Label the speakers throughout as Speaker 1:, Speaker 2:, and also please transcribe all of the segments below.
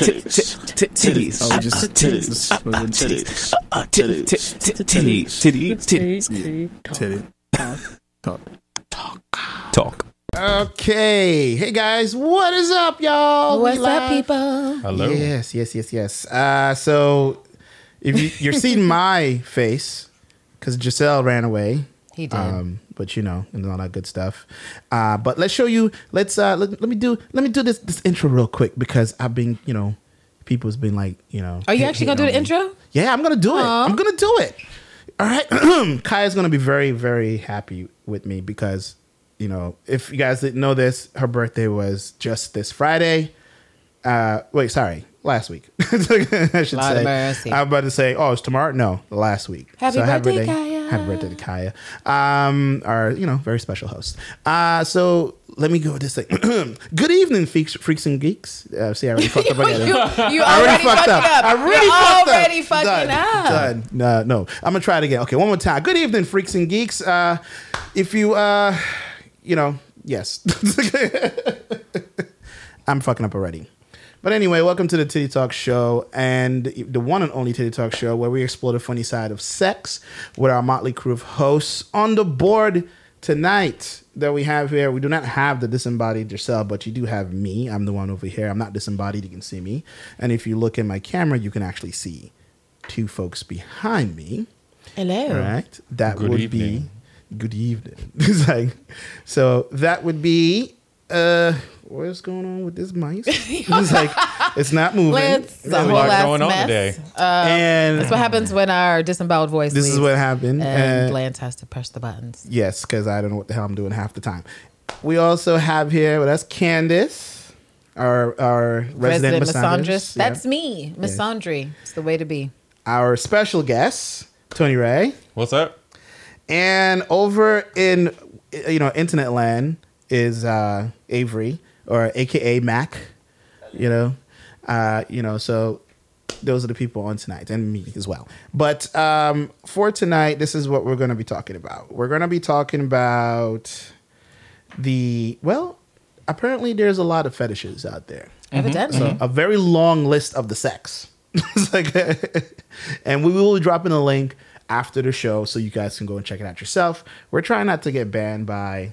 Speaker 1: titties, titties, Uh,
Speaker 2: Oh, just
Speaker 1: titties,
Speaker 2: titties.
Speaker 1: titties, titties, titties, titties.
Speaker 2: Titty. Talk.
Speaker 3: Talk.
Speaker 2: Okay. Hey guys, what is up, y'all? We
Speaker 4: What's up,
Speaker 2: live.
Speaker 4: people?
Speaker 3: Hello.
Speaker 2: Yes, yes, yes, yes. Uh, so if you, you're seeing my face, because Giselle ran away.
Speaker 4: He did.
Speaker 2: Um, but you know, and all that good stuff. Uh, but let's show you. Let's uh, let, let me do let me do this this intro real quick because I've been you know, people's been like you know.
Speaker 4: Are you
Speaker 2: hit-
Speaker 4: actually
Speaker 2: hitting
Speaker 4: gonna do
Speaker 2: on
Speaker 4: the
Speaker 2: me.
Speaker 4: intro?
Speaker 2: Yeah, I'm gonna do it.
Speaker 4: Aw.
Speaker 2: I'm gonna do it. All right, Kaya's gonna be very, very happy with me because you know, if you guys didn't know this, her birthday was just this Friday. Uh, wait, sorry, last week. I should
Speaker 4: Lord
Speaker 2: say.
Speaker 4: have mercy.
Speaker 2: I'm about to say, oh, it's tomorrow. No, last week.
Speaker 4: Happy birthday, Kaya.
Speaker 2: Happy birthday to Kaya. Um, our you know very special host. Uh, so let me go with this thing. Good evening, freaks, freaks and geeks. Uh, see, I already fucked up
Speaker 4: you,
Speaker 2: again.
Speaker 4: you
Speaker 2: I already fucked
Speaker 4: fucking
Speaker 2: up. I already
Speaker 4: You're
Speaker 2: fucked
Speaker 4: already
Speaker 2: up.
Speaker 4: fucking
Speaker 2: Done.
Speaker 4: up.
Speaker 2: Done. No, no. I'm gonna try it again. Okay, one more time. Good evening, freaks and geeks. Uh, if you, uh, you know, yes, I'm fucking up already. But anyway, welcome to the Titty Talk Show and the one and only Titty Talk Show where we explore the funny side of sex with our motley crew of hosts on the board tonight that we have here. We do not have the disembodied yourself, but you do have me. I'm the one over here. I'm not disembodied. You can see me. And if you look in my camera, you can actually see two folks behind me.
Speaker 4: Hello.
Speaker 2: All right. That
Speaker 3: Good
Speaker 2: would
Speaker 3: evening.
Speaker 2: be good evening. It's like- so that would be uh what's going on with this mice? it's like it's not moving.
Speaker 4: Lance, the
Speaker 2: There we
Speaker 4: whole
Speaker 2: go.
Speaker 3: lot
Speaker 4: ass
Speaker 3: going on
Speaker 4: mess.
Speaker 3: today.
Speaker 4: Uh,
Speaker 2: and
Speaker 4: that's what happens when our disemboweled voice.
Speaker 2: this is
Speaker 4: leaves
Speaker 2: what happened. uh,
Speaker 4: And
Speaker 2: And
Speaker 4: Lance has to press the buttons.
Speaker 2: yes, because I don't know what the hell I'm doing half the time. We also have here with us Candace, our our resident,
Speaker 4: Resident
Speaker 2: misandrist.
Speaker 4: misandrist.
Speaker 2: Yeah.
Speaker 4: That's me, misandry. It's the way to be.
Speaker 2: our special guest, Tony Ray.
Speaker 3: What's up?
Speaker 2: And over in you know internet land is uh, Avery or AKA Mac. You know, uh, you know. So those are the people on tonight and me as well. But um, for tonight, this is what we're going to be talking about. We're going to be talking about the well. Apparently, there's a lot of fetishes out there
Speaker 3: Mm-hmm.
Speaker 4: Evidently.
Speaker 2: a very long list of the sex. It's like- and we will be dropping a link after the show so you guys can go and check it out yourself. We're trying not to get banned by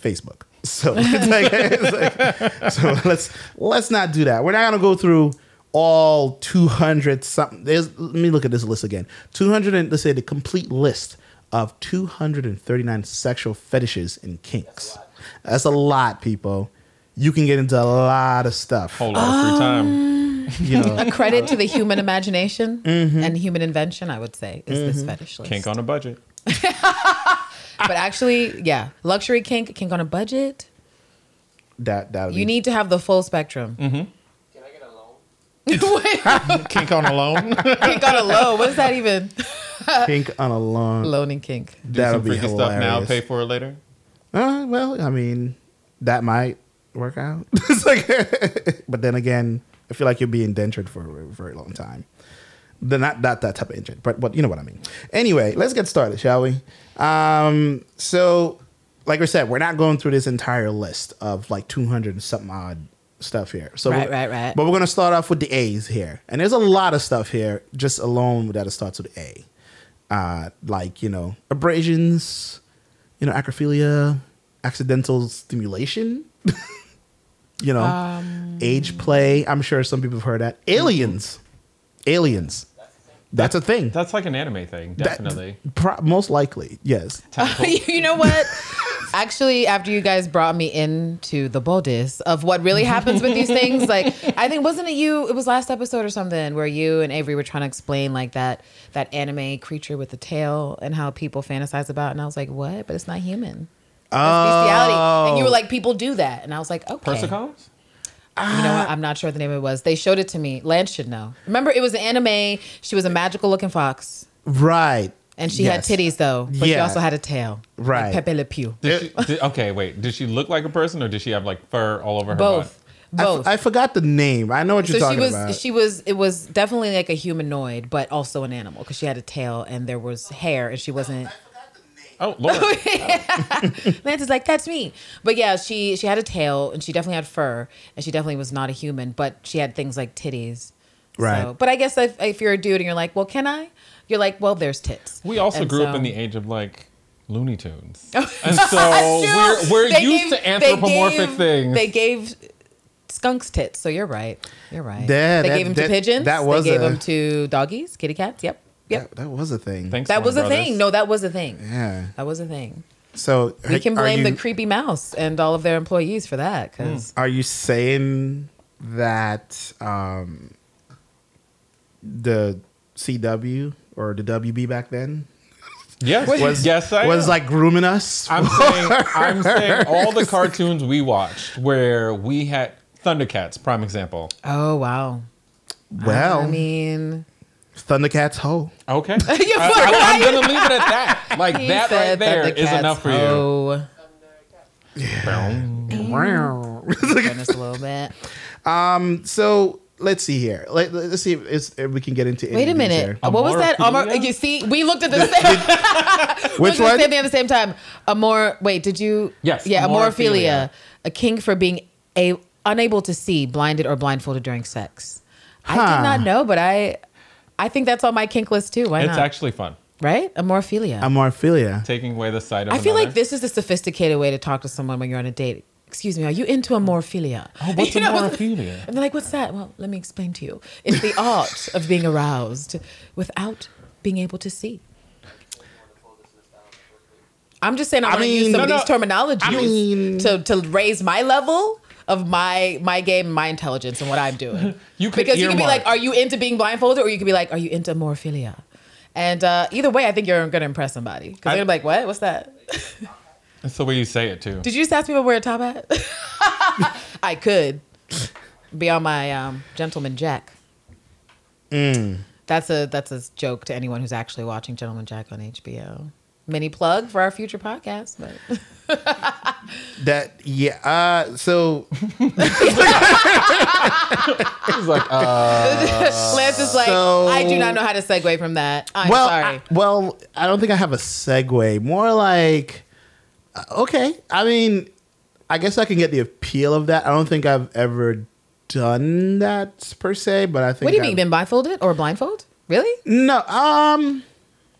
Speaker 2: Facebook. So it's like- it's like- so let's let's not do that. We're not gonna go through all 200 something. There's let me look at this list again. 200 and let's say the complete list of 239 sexual fetishes and kinks. That's a lot, people. You can get into a lot of stuff.
Speaker 3: Whole lot of free
Speaker 4: Um,
Speaker 3: time.
Speaker 2: You know,
Speaker 4: A credit to the human imagination
Speaker 2: Mm-hmm.
Speaker 4: and human invention, I would say, is this fetish list.
Speaker 3: Kink on a budget.
Speaker 4: but actually, yeah, luxury kink, kink on a budget.
Speaker 2: that that would
Speaker 4: You
Speaker 2: be-
Speaker 4: need to have the full spectrum. Mm-hmm.
Speaker 3: Kink on a loan.
Speaker 4: kink on a low. What is that even?
Speaker 2: pink on a lawn.
Speaker 4: Loaning kink.
Speaker 3: Do
Speaker 2: That
Speaker 3: some
Speaker 2: would be
Speaker 3: freaky
Speaker 2: hilarious.
Speaker 3: stuff now, pay for it later.
Speaker 2: Uh, well, I mean, that might work out. It's like- but then again, I feel like you'll be indentured for a very long time. They're not not that type of injured, but but you know what I mean. Anyway, let's get started, shall we? Um, so, like I said, we're not going through this entire list of like two hundred and something odd stuff here. So
Speaker 4: Right,
Speaker 2: we're-
Speaker 4: right, right.
Speaker 2: But we're gonna start off with the A's here, and there's a lot of stuff here just alone that it starts with A, uh, like you know abrasions, you know acrophilia, accidental stimulation. you know,
Speaker 4: Um,
Speaker 2: age play. I'm sure some people have heard that. Aliens, aliens. That's a thing.
Speaker 3: That's like an anime thing,
Speaker 2: That-
Speaker 3: definitely.
Speaker 2: pro- most likely, yes.
Speaker 4: you know what? Actually, after you guys brought me into the boldest of what really happens with these things, like I think wasn't it you? It was last episode or something where you and Avery were trying to explain like that that anime creature with the tail and how people fantasize about, it. and I was like, what? But it's not human. That's bestiality. And you were like, people do that, and I was like, okay.
Speaker 3: Persicoms?
Speaker 4: You know what? I'm not sure what the name it was. They showed it to me. Lance should know. Remember, it was an anime. She was a magical looking fox.
Speaker 2: Right.
Speaker 4: And she
Speaker 2: Yes.
Speaker 4: had titties though, but she
Speaker 2: Yeah.
Speaker 4: also had a tail.
Speaker 2: Right.
Speaker 4: Like Pepe Le Pew.
Speaker 3: Did she, did, okay, wait. Did she look like a person or did she have like fur all over her
Speaker 4: Both.
Speaker 3: body?
Speaker 2: I f-
Speaker 4: Both.
Speaker 2: I forgot the name. I know what you're
Speaker 4: so she
Speaker 2: talking
Speaker 4: was
Speaker 2: about.
Speaker 4: she was it was definitely like a humanoid, but also an animal because she had a tail and there was hair and she wasn't
Speaker 3: Oh, Lord.
Speaker 4: Lance is like, that's me. But yeah, she she had a tail and she definitely had fur and she definitely was not a human, but she had things like titties.
Speaker 2: Right.
Speaker 4: but I guess if, if you're a dude and you're like, well, can I? You're like, well, there's tits.
Speaker 3: We also
Speaker 4: And
Speaker 3: grew up
Speaker 4: so-
Speaker 3: in the age of like Looney Tunes, and so we're, we're
Speaker 4: They
Speaker 3: used
Speaker 4: gave-
Speaker 3: to anthropomorphic
Speaker 4: they gave,
Speaker 3: things.
Speaker 4: They gave skunks tits, so you're right. You're right.
Speaker 2: Yeah,
Speaker 4: they
Speaker 2: that-
Speaker 4: gave them
Speaker 2: that-
Speaker 4: to pigeons.
Speaker 2: that was
Speaker 4: they gave
Speaker 2: a-
Speaker 4: them to doggies, kitty cats. Yep. Yep.
Speaker 2: That, that was a thing.
Speaker 3: Thanks,
Speaker 4: that
Speaker 3: Warner
Speaker 4: was a
Speaker 3: Brothers.
Speaker 4: thing. No, that was a thing.
Speaker 2: Yeah.
Speaker 4: That was a thing.
Speaker 2: So
Speaker 4: We can
Speaker 2: are
Speaker 4: blame the
Speaker 2: you-
Speaker 4: creepy mouse and all of their employees for that
Speaker 3: Hmm.
Speaker 4: because
Speaker 2: Are you saying that um, the CW or the WB back then
Speaker 3: Yes,
Speaker 2: was
Speaker 3: yes, I
Speaker 2: was
Speaker 3: am.
Speaker 2: like grooming us?
Speaker 3: I'm saying, I'm saying all the cartoons we watched where we had Thundercats, prime example.
Speaker 4: oh wow.
Speaker 2: well,
Speaker 4: I mean,
Speaker 2: Thundercats hoe.
Speaker 3: Okay,
Speaker 4: You're
Speaker 3: I, am gonna leave it at that. Like
Speaker 4: he
Speaker 3: that
Speaker 4: said
Speaker 3: right there
Speaker 4: that the
Speaker 3: is
Speaker 4: cat's
Speaker 3: enough for you.
Speaker 4: hoe. Goodness, a little bit.
Speaker 2: so let's see here. Let, us see if, it's- if we can get into. any
Speaker 4: Wait a
Speaker 2: of these
Speaker 4: minute.
Speaker 2: here.
Speaker 4: what was that? Amor,
Speaker 3: Amorphilia?
Speaker 4: you see, we looked at the same.
Speaker 2: Which
Speaker 4: Doing
Speaker 2: one?
Speaker 4: the same thing at the same time. A more wait, did you?
Speaker 3: Yes,
Speaker 4: Yeah,
Speaker 3: amorophilia.
Speaker 4: amorophilia, a king for being a unable to see, blinded or blindfolded during sex. I
Speaker 2: Huh.
Speaker 4: did not know, but I, I think that's on my kink list too. Why
Speaker 3: It's
Speaker 4: not?
Speaker 3: actually fun
Speaker 4: right? Amorophilia.
Speaker 2: Amorphilia.
Speaker 3: taking away the sight of.
Speaker 4: I feel
Speaker 3: another.
Speaker 4: like this is a sophisticated way to talk to someone when you're on a date. Excuse me, are you into amorophilia?
Speaker 3: Oh, what's
Speaker 4: You know,
Speaker 3: amorophilia?
Speaker 4: And they're like, what's that? Well, let me explain to you. It's the art of being aroused without being able to see. I'm just saying I'm
Speaker 2: I
Speaker 4: gonna use
Speaker 2: mean-
Speaker 4: some
Speaker 2: No,
Speaker 4: of these
Speaker 3: no.
Speaker 4: terminologies
Speaker 2: mean-
Speaker 4: to, to raise my level of my my game, my intelligence and what I'm doing.
Speaker 3: You could
Speaker 4: because you could be
Speaker 3: earmark.
Speaker 4: like, are you into being blindfolded? Or you could be like, are you into amorophilia? And uh, either way, I think you're gonna impress somebody. Because
Speaker 3: I-
Speaker 4: they're gonna be like, what? What's that?
Speaker 3: That's the way you say it too.
Speaker 4: Did you just ask me to wear a top hat? I could be on my um, gentleman Jack.
Speaker 2: Mm.
Speaker 4: That's a that's a joke to anyone who's actually watching Gentleman Jack on HBO. Mini plug for our future podcast, but
Speaker 2: That yeah. Uh, so
Speaker 3: It's like, uh,
Speaker 4: Lance is like,
Speaker 2: so-
Speaker 4: I do not know how to segue from that. I'm
Speaker 2: well,
Speaker 4: sorry.
Speaker 2: I, well, I don't think I have a segue. More like, uh, okay. I mean, I guess I can get the appeal of that. I don't think I've ever done that per se, but I think.
Speaker 4: what do you mean?
Speaker 2: I've-
Speaker 4: You've been blindfolded or blindfold? Really?
Speaker 2: No. Um.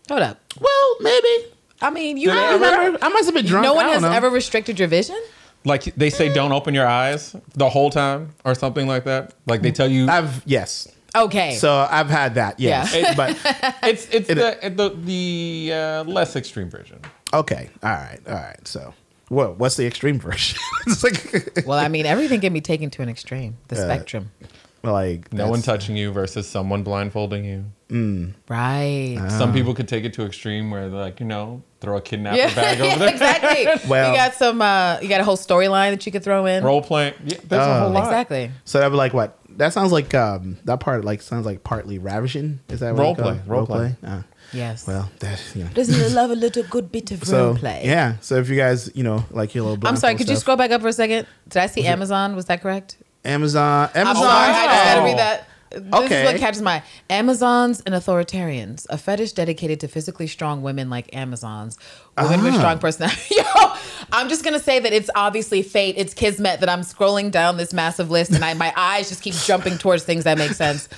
Speaker 4: Hold up.
Speaker 2: Well, maybe.
Speaker 4: I mean, you
Speaker 3: Did
Speaker 2: I,
Speaker 3: they
Speaker 4: have
Speaker 2: don't
Speaker 3: ever-
Speaker 2: remember. I must have been drunk.
Speaker 4: no
Speaker 2: I
Speaker 4: one
Speaker 2: don't
Speaker 4: has
Speaker 2: know.
Speaker 4: ever restricted your vision.
Speaker 3: like they say, don't open your eyes the whole time or something like that. Like they tell you,
Speaker 2: I've yes.
Speaker 4: Okay.
Speaker 2: So I've had that. Yes.
Speaker 4: Yeah.
Speaker 2: but
Speaker 3: it's it's the, the the uh, less extreme version.
Speaker 2: okay. All right. All right. So. Whoa, what's the extreme version? it's like,
Speaker 4: well, I mean, everything can be taken to an extreme. The spectrum.
Speaker 2: like
Speaker 3: No one
Speaker 2: that's-
Speaker 3: touching you versus someone blindfolding you.
Speaker 4: Right.
Speaker 3: Some people could take it to extreme where they're like, you know, throw a kidnapper
Speaker 4: Yeah,
Speaker 3: bag over
Speaker 4: yeah,
Speaker 3: there.
Speaker 4: exactly.
Speaker 2: Well-
Speaker 4: you got some. Uh, you got a whole storyline that you could throw in.
Speaker 3: Role playing. Yeah, there's a whole lot.
Speaker 4: Ah. Exactly.
Speaker 2: So that'd be like what? That sounds like um that part like sounds like partly ravishing. Is that what
Speaker 3: Role
Speaker 2: you call
Speaker 3: play,
Speaker 2: it?
Speaker 3: role play.
Speaker 2: Ah,
Speaker 4: Yes.
Speaker 2: well, that you know.
Speaker 4: doesn't it love a little good bit of
Speaker 2: So
Speaker 4: role play?
Speaker 2: yeah. So if you guys you know like your little
Speaker 4: I'm sorry.
Speaker 2: blindfold
Speaker 4: Could you
Speaker 2: stuff.
Speaker 4: scroll back up for a second? Did I see Amazon? Was that correct?
Speaker 2: Amazon?
Speaker 4: I'm
Speaker 2: Amazon.
Speaker 4: sorry. I just had to
Speaker 3: Oh.
Speaker 4: read that. This
Speaker 2: Okay.
Speaker 4: is what catches my eye. Amazons and authoritarians, a fetish dedicated to physically strong women like Amazons, women with
Speaker 2: Ah.
Speaker 4: strong personality. Yo, I'm just gonna say that it's obviously fate, it's kismet that I'm scrolling down this massive list and I, my eyes just keep jumping towards things that make sense.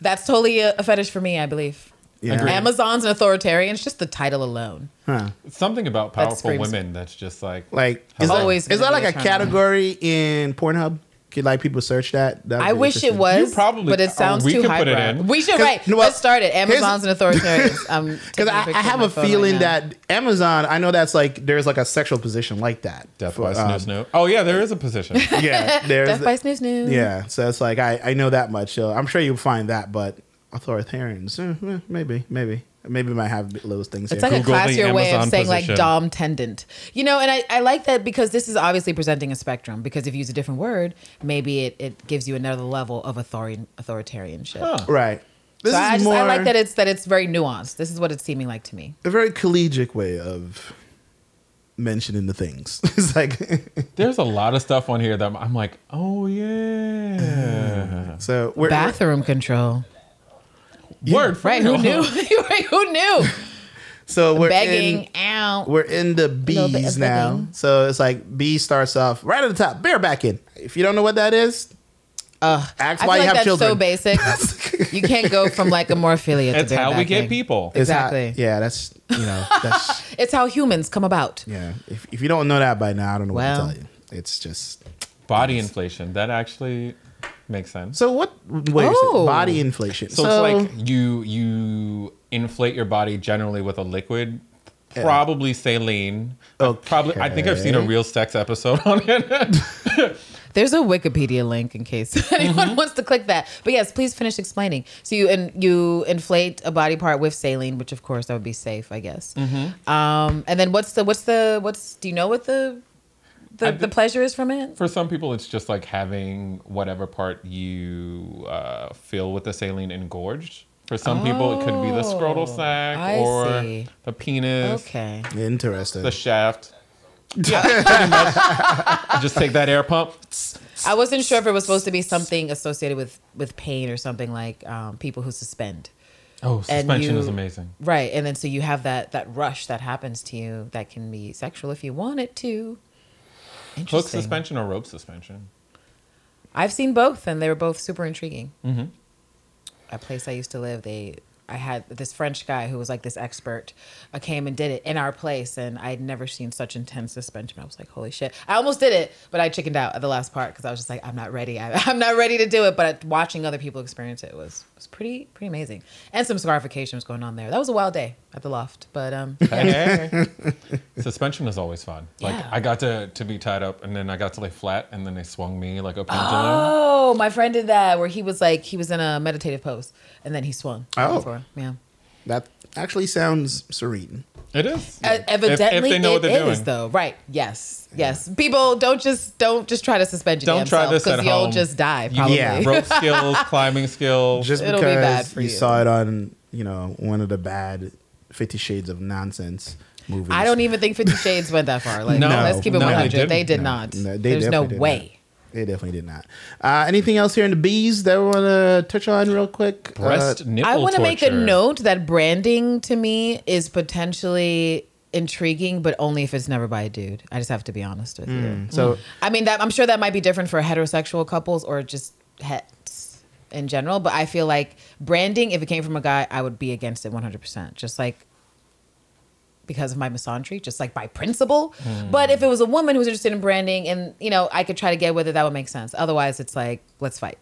Speaker 4: That's totally a, a fetish for me, I believe.
Speaker 2: Yeah.
Speaker 3: Agreed.
Speaker 4: Amazons and authoritarians, just the title alone.
Speaker 2: Huh.
Speaker 3: Something about
Speaker 4: That
Speaker 3: powerful
Speaker 4: screams-
Speaker 3: women that's just like,
Speaker 2: Like is that,
Speaker 4: Always
Speaker 2: is that
Speaker 4: gonna
Speaker 2: like
Speaker 4: be a
Speaker 2: a
Speaker 4: turn on.
Speaker 2: category in Pornhub? Could like people search that? That'd
Speaker 4: I
Speaker 2: be
Speaker 4: wish it
Speaker 2: interesting.
Speaker 4: was,
Speaker 3: You probably-
Speaker 4: but
Speaker 3: or
Speaker 4: it sounds
Speaker 3: we
Speaker 4: too
Speaker 3: could
Speaker 4: high.
Speaker 3: put it in.
Speaker 4: We should
Speaker 2: 'Cause-
Speaker 4: right.
Speaker 2: well,
Speaker 4: Let's start it.
Speaker 2: here's-
Speaker 4: Amazons and authoritarians. I'm
Speaker 2: Because
Speaker 4: taking a
Speaker 2: I,
Speaker 4: picture
Speaker 2: I
Speaker 4: of
Speaker 2: have
Speaker 4: my
Speaker 2: a
Speaker 4: phone right
Speaker 2: feeling
Speaker 4: now.
Speaker 2: that Amazon, I know that's like there's like a sexual position like that.
Speaker 3: death
Speaker 2: For,
Speaker 3: by
Speaker 2: um,
Speaker 3: snoo snoo. Oh, yeah, there is a position.
Speaker 2: Yeah, there's
Speaker 4: Death by snooze news.
Speaker 2: Yeah, so it's like I, I know that much. So I'm sure you'll find that, but authoritarians, eh, eh, maybe, maybe, maybe might have little things.
Speaker 4: It's
Speaker 2: here.
Speaker 4: like
Speaker 3: Google
Speaker 4: a
Speaker 3: the
Speaker 4: classier way of
Speaker 3: Amazon
Speaker 4: saying like
Speaker 3: position.
Speaker 4: dom tendant. You know, and I, I like that because this is obviously presenting a spectrum because if you use a different word, maybe it, it gives you another level of authori- authoritarianship.
Speaker 3: Huh.
Speaker 2: right. This
Speaker 4: So
Speaker 2: is
Speaker 4: I, just,
Speaker 2: more
Speaker 4: I like that it's that it's very nuanced. This is what it's seeming like to me.
Speaker 2: a very collegiate way of mentioning the things. it's like
Speaker 3: There's a lot of stuff on here that I'm- I'm like, oh, yeah.
Speaker 2: so we're
Speaker 4: Bathroom control.
Speaker 3: Word for
Speaker 4: Right,
Speaker 3: real.
Speaker 4: who knew? right, who knew?
Speaker 2: So we're
Speaker 4: begging
Speaker 2: in,
Speaker 4: out.
Speaker 2: we're in the
Speaker 4: little bit
Speaker 2: B's
Speaker 4: of
Speaker 2: now.
Speaker 4: begging.
Speaker 2: So it's like B starts off right at the top, barebacking. If you don't know what that is,
Speaker 4: Ugh.
Speaker 2: ask
Speaker 4: I
Speaker 2: why
Speaker 4: feel
Speaker 2: you
Speaker 4: like
Speaker 2: have
Speaker 4: that's so
Speaker 2: children.
Speaker 4: basic. you can't go from like amorphilia.
Speaker 3: That's
Speaker 4: to
Speaker 3: how we get
Speaker 4: barebacking.
Speaker 3: people.
Speaker 2: It's how-
Speaker 4: Exactly.
Speaker 2: yeah, that's you know that's
Speaker 4: It's how humans come about.
Speaker 2: yeah. If, if you don't know that by now, I don't know
Speaker 4: Well.
Speaker 2: what to tell you. It's just
Speaker 3: Body inflation. That actually makes sense.
Speaker 2: so what? Wait, a second.
Speaker 4: Oh.
Speaker 2: body inflation.
Speaker 3: So, it's like you you inflate your body generally with a liquid, probably saline. I've Probably I think I've seen a real sex episode on it.
Speaker 4: There's a Wikipedia link in case anyone wants to click that. But yes, please finish explaining. So you and you inflate a body part with saline, which of course that would be safe, I guess. Um, and then what's the what's the what's do you know what the the,
Speaker 3: I
Speaker 4: the
Speaker 3: think-
Speaker 4: pleasure is from it?
Speaker 3: For some people, it's just like having whatever part you uh, fill with the saline engorged. For some people, it could be the scrotal
Speaker 4: Oh,
Speaker 3: sac
Speaker 4: I
Speaker 3: or
Speaker 4: see.
Speaker 3: the penis,
Speaker 4: Okay.
Speaker 2: interesting.
Speaker 3: the shaft. Yeah, pretty much. Just take that air pump.
Speaker 4: I wasn't sure if it was supposed to be something associated with with pain or something like um, people who suspend.
Speaker 3: Oh, suspension
Speaker 4: you-
Speaker 3: is amazing.
Speaker 4: Right. And then so you have that that rush that happens to you that can be sexual if you want it to. Interesting.
Speaker 3: Hook suspension or rope suspension?
Speaker 4: I've seen both, and they were both super intriguing. Mm-hmm. A place I used to live, they I had this French guy who was like this expert uh, came and did it in our place, and I'd never seen such intense suspension. I was like, holy shit! I almost did it, but I chickened out at the last part because I was just like, I'm not ready. I, I'm not ready to do it. But uh, watching other people experience it was was pretty pretty amazing, and some scarification was going on there. That was a wild day at the loft, but um,
Speaker 3: Hey. suspension is always fun. Like
Speaker 4: Yeah.
Speaker 3: I got to to be tied up, and then I got to lay flat, and then they swung me like a pendulum.
Speaker 4: Oh, my friend did that where he was like he was in a meditative pose and then he swung.
Speaker 2: Oh.
Speaker 4: Before. yeah.
Speaker 2: that actually sounds serene.
Speaker 3: It is
Speaker 4: Uh, evidently,
Speaker 3: E-, If, if they know what
Speaker 4: it
Speaker 3: they're
Speaker 4: is,
Speaker 3: doing.
Speaker 4: though. Right? Yes. Yes. People don't just don't just try to suspend your
Speaker 3: Don't try this at
Speaker 4: because you'll
Speaker 3: home.
Speaker 4: just die.
Speaker 3: You
Speaker 4: Probably.
Speaker 3: need
Speaker 2: Yeah.
Speaker 3: rope skills, climbing skills.
Speaker 2: Just
Speaker 4: It'll be
Speaker 2: because
Speaker 4: bad for
Speaker 2: you,
Speaker 4: you.
Speaker 2: saw it on you know one of the bad Fifty Shades of Nonsense movies.
Speaker 4: I don't even think Fifty Shades went that far. Like,
Speaker 3: No.
Speaker 4: let's keep it
Speaker 3: No, they
Speaker 4: one hundred. They
Speaker 3: didn't.
Speaker 4: did not.
Speaker 2: No, they
Speaker 4: There's no
Speaker 2: definitely did
Speaker 4: way.
Speaker 2: not. They definitely did not. Uh, anything else here in the bees that we want to touch on real quick? Uh,
Speaker 3: Breast nipple
Speaker 4: I want to make a
Speaker 3: torture.
Speaker 4: note that branding to me is potentially intriguing, but only if it's never by a dude. I just have to be honest with
Speaker 3: Hmm.
Speaker 4: you.
Speaker 2: so
Speaker 4: I mean, that I'm sure that might be different for heterosexual couples or just hets in general. But I feel like branding, if it came from a guy, I would be against it 100%. Just like because of my misandry, just like by principle. But if it was a woman who's interested in branding, and you know, I could try to get whether that would make sense. Otherwise, it's like let's fight.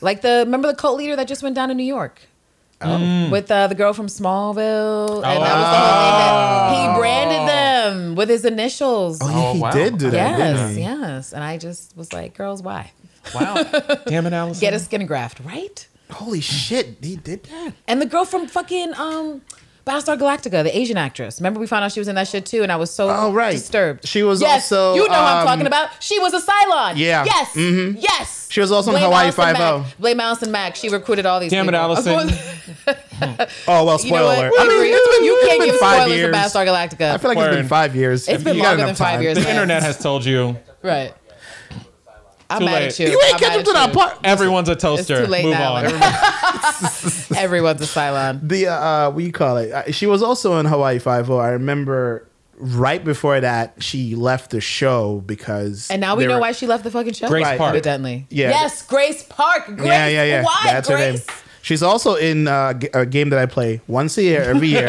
Speaker 4: like the remember the cult leader that just went down to New York. With uh, the girl from Smallville, and that was the whole thing that he branded them with his initials.
Speaker 2: oh,
Speaker 3: Oh,
Speaker 2: he
Speaker 3: wow.
Speaker 2: did do that.
Speaker 4: Yes,
Speaker 2: didn't he?
Speaker 4: yes. And I just was like, girls, why?
Speaker 3: Wow. Damn it, Allison.
Speaker 4: Get a skin graft, right?
Speaker 2: Holy shit, he did that.
Speaker 4: And the girl from fucking um Battlestar Galactica, the Asian actress. Remember we found out she was in that shit too, and I was so
Speaker 2: Oh, right.
Speaker 4: disturbed.
Speaker 2: She was
Speaker 4: yes,
Speaker 2: also,
Speaker 4: You know what I'm
Speaker 2: um,
Speaker 4: talking about. She was a Cylon.
Speaker 2: Yeah. Mm-hmm.
Speaker 4: Yes. Yes.
Speaker 2: She was also in Hawaii
Speaker 4: Allison
Speaker 2: 5-0.
Speaker 4: Mack. Blame Allison Mack. She recruited all these
Speaker 3: Damn it,
Speaker 4: people. Of
Speaker 3: Allison.
Speaker 4: course-
Speaker 2: Oh well,
Speaker 4: you know
Speaker 2: spoiler.
Speaker 4: what?
Speaker 2: alert. I mean,
Speaker 4: Avery,
Speaker 2: it's been-
Speaker 4: you
Speaker 2: it's
Speaker 4: can't
Speaker 2: been
Speaker 4: give
Speaker 2: five
Speaker 4: spoilers
Speaker 2: years.
Speaker 4: for Battlestar Galactica.
Speaker 2: I feel like it's been
Speaker 3: Word.
Speaker 2: five years.
Speaker 4: It's been
Speaker 2: You got
Speaker 4: longer
Speaker 2: enough
Speaker 4: than five
Speaker 2: time.
Speaker 4: years.
Speaker 3: the internet has told you.
Speaker 4: right. I'm
Speaker 3: Too
Speaker 4: mad
Speaker 3: late.
Speaker 4: at you.
Speaker 2: You ain't
Speaker 4: I'm
Speaker 2: catch
Speaker 4: mad
Speaker 2: him to
Speaker 4: at
Speaker 2: that
Speaker 4: you.
Speaker 2: part.
Speaker 3: Everyone's a toaster.
Speaker 4: It's too late
Speaker 3: Move
Speaker 4: now.
Speaker 3: on.
Speaker 4: Everyone's a Cylon.
Speaker 2: the uh, uh, what you call it? Uh, She was also in Hawaii Five O. I remember right before that she left the show because
Speaker 4: And now we
Speaker 2: they
Speaker 4: know
Speaker 2: were-
Speaker 4: why she left the fucking show.
Speaker 3: Grace Right. Park.
Speaker 4: Evidently.
Speaker 2: Yeah.
Speaker 4: Yes, Grace Park. Grace.
Speaker 2: yeah, yeah, yeah.
Speaker 4: Why
Speaker 2: That's her name.
Speaker 4: Grace?
Speaker 2: She's also in uh, g- a game that I play once a year, every year,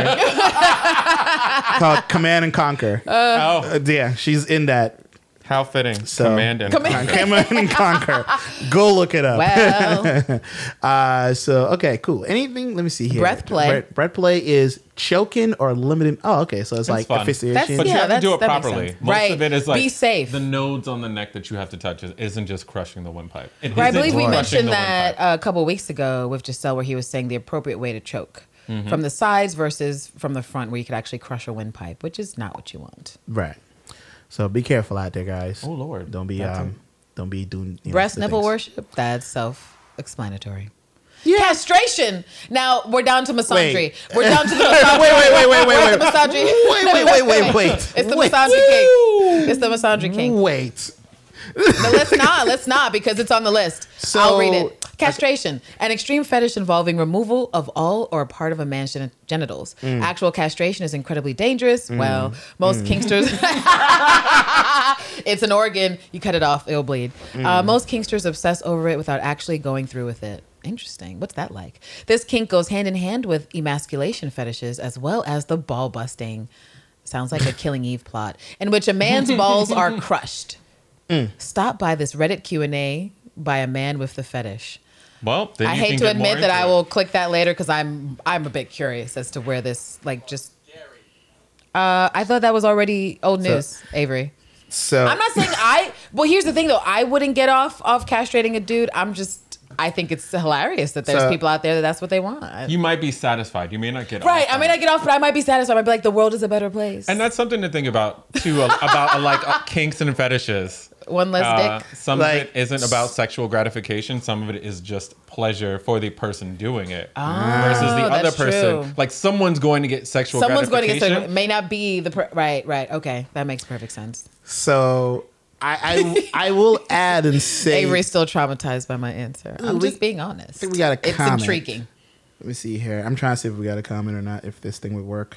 Speaker 2: called Command and Conquer. Uh,
Speaker 3: oh,
Speaker 2: yeah, she's in that.
Speaker 3: how fitting.
Speaker 2: So-
Speaker 3: Command and
Speaker 4: Come in.
Speaker 3: conquer.
Speaker 2: Command and Conquer. Go look it up.
Speaker 4: Well,
Speaker 2: Uh, so okay, cool. Anything? Let me see here.
Speaker 4: Breath play.
Speaker 2: Breath, breath play is choking or limiting. Oh, okay. So it's like
Speaker 3: fun.
Speaker 2: asphyxiation.
Speaker 3: But
Speaker 4: Yeah,
Speaker 3: you have to
Speaker 4: that's-
Speaker 3: do it
Speaker 4: that makes
Speaker 3: properly.
Speaker 4: sense.
Speaker 3: Most
Speaker 4: Right.
Speaker 3: of it is like
Speaker 4: Be safe.
Speaker 3: The nodes on the neck that you have to touch is- isn't just crushing the windpipe. It
Speaker 4: I
Speaker 3: isn't
Speaker 4: believe we
Speaker 3: crushing
Speaker 4: mentioned
Speaker 3: the
Speaker 4: that
Speaker 3: windpipe.
Speaker 4: uh, a couple weeks ago with Giselle, where he was saying the appropriate way to choke
Speaker 3: Mm-hmm.
Speaker 4: from the sides versus from the front, where you could actually crush a windpipe, which is not what you want.
Speaker 2: Right. So be careful out there, guys.
Speaker 3: Oh, Lord.
Speaker 2: Don't be
Speaker 3: That
Speaker 2: um,
Speaker 3: too.
Speaker 2: don't be doing you know,
Speaker 4: Breast
Speaker 2: the
Speaker 4: nipple
Speaker 2: things.
Speaker 4: worship. That's self-explanatory. Castration. Now we're down to misandry.
Speaker 2: Wait.
Speaker 4: We're down to the misandry.
Speaker 2: Wait, wait, wait, wait, wait,
Speaker 4: We're
Speaker 2: wait,
Speaker 4: at the misandry.
Speaker 2: wait, wait, wait, wait, wait.
Speaker 4: It's the
Speaker 2: wait,
Speaker 4: misandry king. It's the misandry king.
Speaker 2: Wait.
Speaker 4: But let's not. Let's not because it's on the list.
Speaker 2: So-
Speaker 4: I'll read it. Castration, an extreme fetish involving removal of all or part of a man's gen- genitals. Actual castration is incredibly dangerous. Well, most kinksters, it's an organ. You cut it off, it'll bleed. Uh, most kinksters obsess over it without actually going through with it. Interesting. What's that like? This kink goes hand in hand with emasculation fetishes as well as the ball busting. Sounds like a Killing Eve plot in which a man's balls are crushed stop by this Reddit Q and A by a man with the fetish.
Speaker 3: Well, then
Speaker 4: uh, I
Speaker 3: you can
Speaker 4: hate to
Speaker 3: get more
Speaker 4: admit that
Speaker 3: into
Speaker 4: I
Speaker 3: it.
Speaker 4: will click that later because I'm I'm a bit curious as to where this like just. Uh, I thought that was already old news, Avery.
Speaker 2: So
Speaker 3: Oh.
Speaker 4: I'm not saying I. Well, here's the thing though. I wouldn't get off off castrating a dude. I'm just. I think it's hilarious that there's
Speaker 2: So-
Speaker 4: people out there that that's what they want.
Speaker 3: You might be satisfied. You may not get
Speaker 4: right.
Speaker 3: off
Speaker 4: I
Speaker 3: on
Speaker 4: may
Speaker 3: it.
Speaker 4: not get off, but I might be satisfied. I might be like, the world is a better place.
Speaker 3: And that's something to think about too, a- about uh, like uh, kinks and fetishes.
Speaker 4: one less
Speaker 3: Uh,
Speaker 4: dick.
Speaker 3: some of
Speaker 2: Like-
Speaker 3: it isn't about sexual gratification. Some of it is just pleasure for the person doing it, versus the other
Speaker 4: Ah, that's
Speaker 3: person.
Speaker 4: true.
Speaker 3: Like someone's going to get sexual.
Speaker 4: Someone's going to get
Speaker 3: gratification.
Speaker 4: certain, may not be the per- right, right. Okay, that makes perfect sense.
Speaker 2: so I, I I will add and say
Speaker 4: Avery's still traumatized by my answer. I'm
Speaker 2: we-
Speaker 4: just being honest.
Speaker 2: we got a
Speaker 4: It's
Speaker 2: comment.
Speaker 4: intriguing.
Speaker 2: Let me see here. I'm trying to see if we got a comment or not. If this thing would work.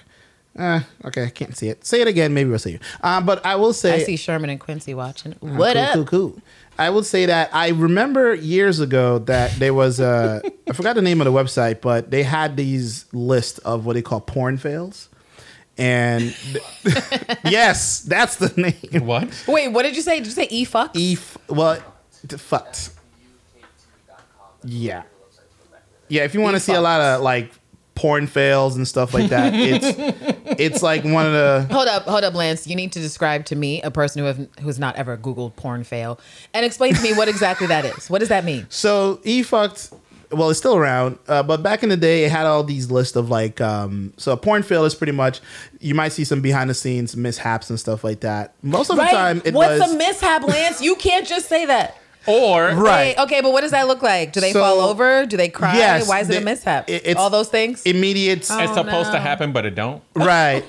Speaker 2: Uh, okay, I can't see it. Say it again. Maybe we'll see you. Um, but I will say
Speaker 4: I see Sherman and Quincy watching. What
Speaker 2: Uh, cool,
Speaker 4: up?
Speaker 2: Cool, cool. I will say that I remember years ago that there was a I forgot the name of the website, but they had these list of what they call porn fails. And yes, that's the name.
Speaker 3: What?
Speaker 4: Wait, what did you say? Did you say e fuck?
Speaker 2: E f- well, t- fucked. Yeah, yeah. If you want to see a lot of like porn fails and stuff like that, it's it's like one of the
Speaker 4: Hold up, hold up, Lance. You need to describe to me a person who have, who's not ever Googled porn fail and explain to me what exactly that is. What does that mean?
Speaker 2: So E fucked. Well, it's still around, uh, but back in the day, it had all these lists of like. Um, so a porn fail is pretty much you might see some behind the scenes mishaps and stuff like that. Most of the time, it
Speaker 4: What's
Speaker 2: was
Speaker 4: a mishap, Lance? You can't just say that.
Speaker 3: Or
Speaker 2: Right.
Speaker 4: Wait, okay, but what does that look like? Do they
Speaker 2: So-
Speaker 4: fall over? Do they cry?
Speaker 2: Yes,
Speaker 4: Why is it a
Speaker 2: they-
Speaker 4: mishap?
Speaker 2: it- it's-
Speaker 4: All those things?
Speaker 2: immediate.
Speaker 4: Oh.
Speaker 3: it's supposed
Speaker 4: no.
Speaker 3: to happen, but it don't.
Speaker 2: Right.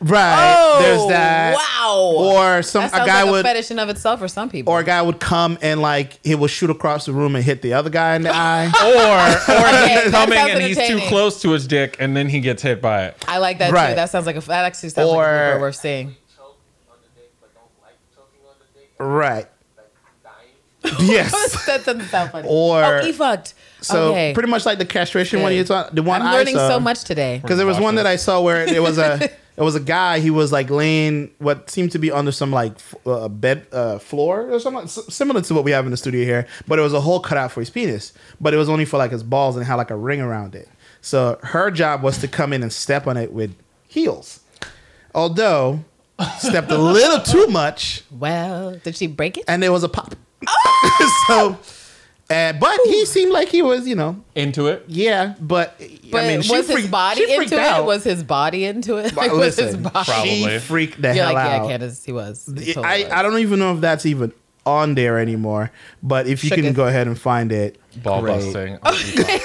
Speaker 2: Right. There's that.
Speaker 4: Oh, Wow.
Speaker 2: Or some
Speaker 4: that sounds
Speaker 2: a guy
Speaker 4: like
Speaker 2: would
Speaker 4: a fetish in of itself for some people.
Speaker 2: or a guy would come and like he would shoot across the room and hit the other guy in the eye.
Speaker 3: Or or
Speaker 4: Okay,
Speaker 3: he's
Speaker 4: that
Speaker 3: coming
Speaker 4: sounds
Speaker 3: and he's too
Speaker 4: entertaining.
Speaker 3: close to his dick, and then he gets hit by it.
Speaker 4: I like that too.
Speaker 2: Right.
Speaker 4: That sounds like a that actually sounds like
Speaker 2: Or-
Speaker 4: a blooper worth seeing.
Speaker 5: choke on the dick but don't like choking on the dick,
Speaker 2: Right.
Speaker 5: like dying.
Speaker 2: Yes.
Speaker 4: that doesn't sound funny.
Speaker 2: Or-
Speaker 4: oh, he fucked.
Speaker 2: So
Speaker 4: okay.
Speaker 2: pretty much like the castration one
Speaker 4: Good.
Speaker 2: you talk, the one
Speaker 4: I'm
Speaker 2: I
Speaker 4: learning
Speaker 2: saw.
Speaker 4: so much today.
Speaker 2: because there was one that I saw where there was a it was a guy he was like laying what seemed to be under some like f- uh, bed uh, floor or something s- similar to what we have in the studio here, but it was a hole cut out for his penis, but it was only for like his balls and it had like a ring around it. So her job was to come in and step on it with heels, although stepped a little too much
Speaker 4: Well, did she break it?
Speaker 2: and there was a pop. so, uh, but he seemed like he was you know
Speaker 3: Into it.
Speaker 2: yeah, but,
Speaker 4: But
Speaker 2: I mean
Speaker 4: was
Speaker 2: she
Speaker 4: his
Speaker 2: freaked,
Speaker 4: body
Speaker 2: she freaked
Speaker 4: into
Speaker 2: out.
Speaker 4: it? Was his body into it? Like,
Speaker 2: But
Speaker 4: was his
Speaker 2: listen,
Speaker 4: body?
Speaker 3: Probably.
Speaker 2: She freaked the
Speaker 4: You're
Speaker 2: hell
Speaker 4: like, yeah,
Speaker 2: out.
Speaker 4: Candace, he was. He
Speaker 2: Yeah,
Speaker 4: totally
Speaker 2: I,
Speaker 4: was.
Speaker 2: I don't even know if that's even on there anymore. But if you
Speaker 4: Shook
Speaker 2: can
Speaker 4: it.
Speaker 2: go ahead and find it,
Speaker 3: Ball
Speaker 2: great.
Speaker 3: busting.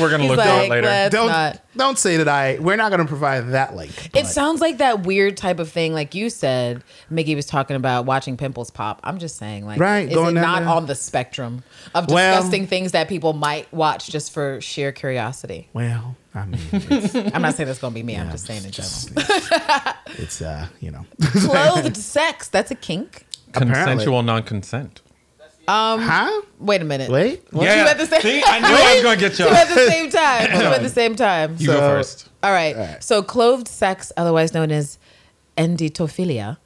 Speaker 3: We're gonna
Speaker 4: He's
Speaker 3: look that
Speaker 4: like,
Speaker 3: up later.
Speaker 4: let's
Speaker 2: Don't
Speaker 4: not.
Speaker 2: don't say that I. We're not going to provide that link.
Speaker 4: It sounds like that weird type of thing, like you said, Mickey was talking about watching pimples pop. I'm just saying, like,
Speaker 2: Right,
Speaker 4: is
Speaker 2: going
Speaker 4: it
Speaker 2: down
Speaker 4: not
Speaker 2: there.
Speaker 4: on the spectrum of
Speaker 2: Well-
Speaker 4: disgusting things that people might watch just for sheer curiosity?
Speaker 2: Well, I mean, it's,
Speaker 4: I'm not saying that's gonna be me. I'm just saying in general.
Speaker 2: just- it's uh, you know,
Speaker 4: Clothed sex, that's a kink.
Speaker 3: Consensual non-consent.
Speaker 4: Um,
Speaker 2: huh?
Speaker 4: Wait a minute.
Speaker 2: Wait, What?
Speaker 4: You at the same-
Speaker 3: See, I knew I was gonna get you.
Speaker 4: Two at the same time. Two at the same time.
Speaker 3: You go
Speaker 2: So-
Speaker 3: first.
Speaker 4: All right.
Speaker 2: right.
Speaker 4: So clothed sex, otherwise known as endotophilia,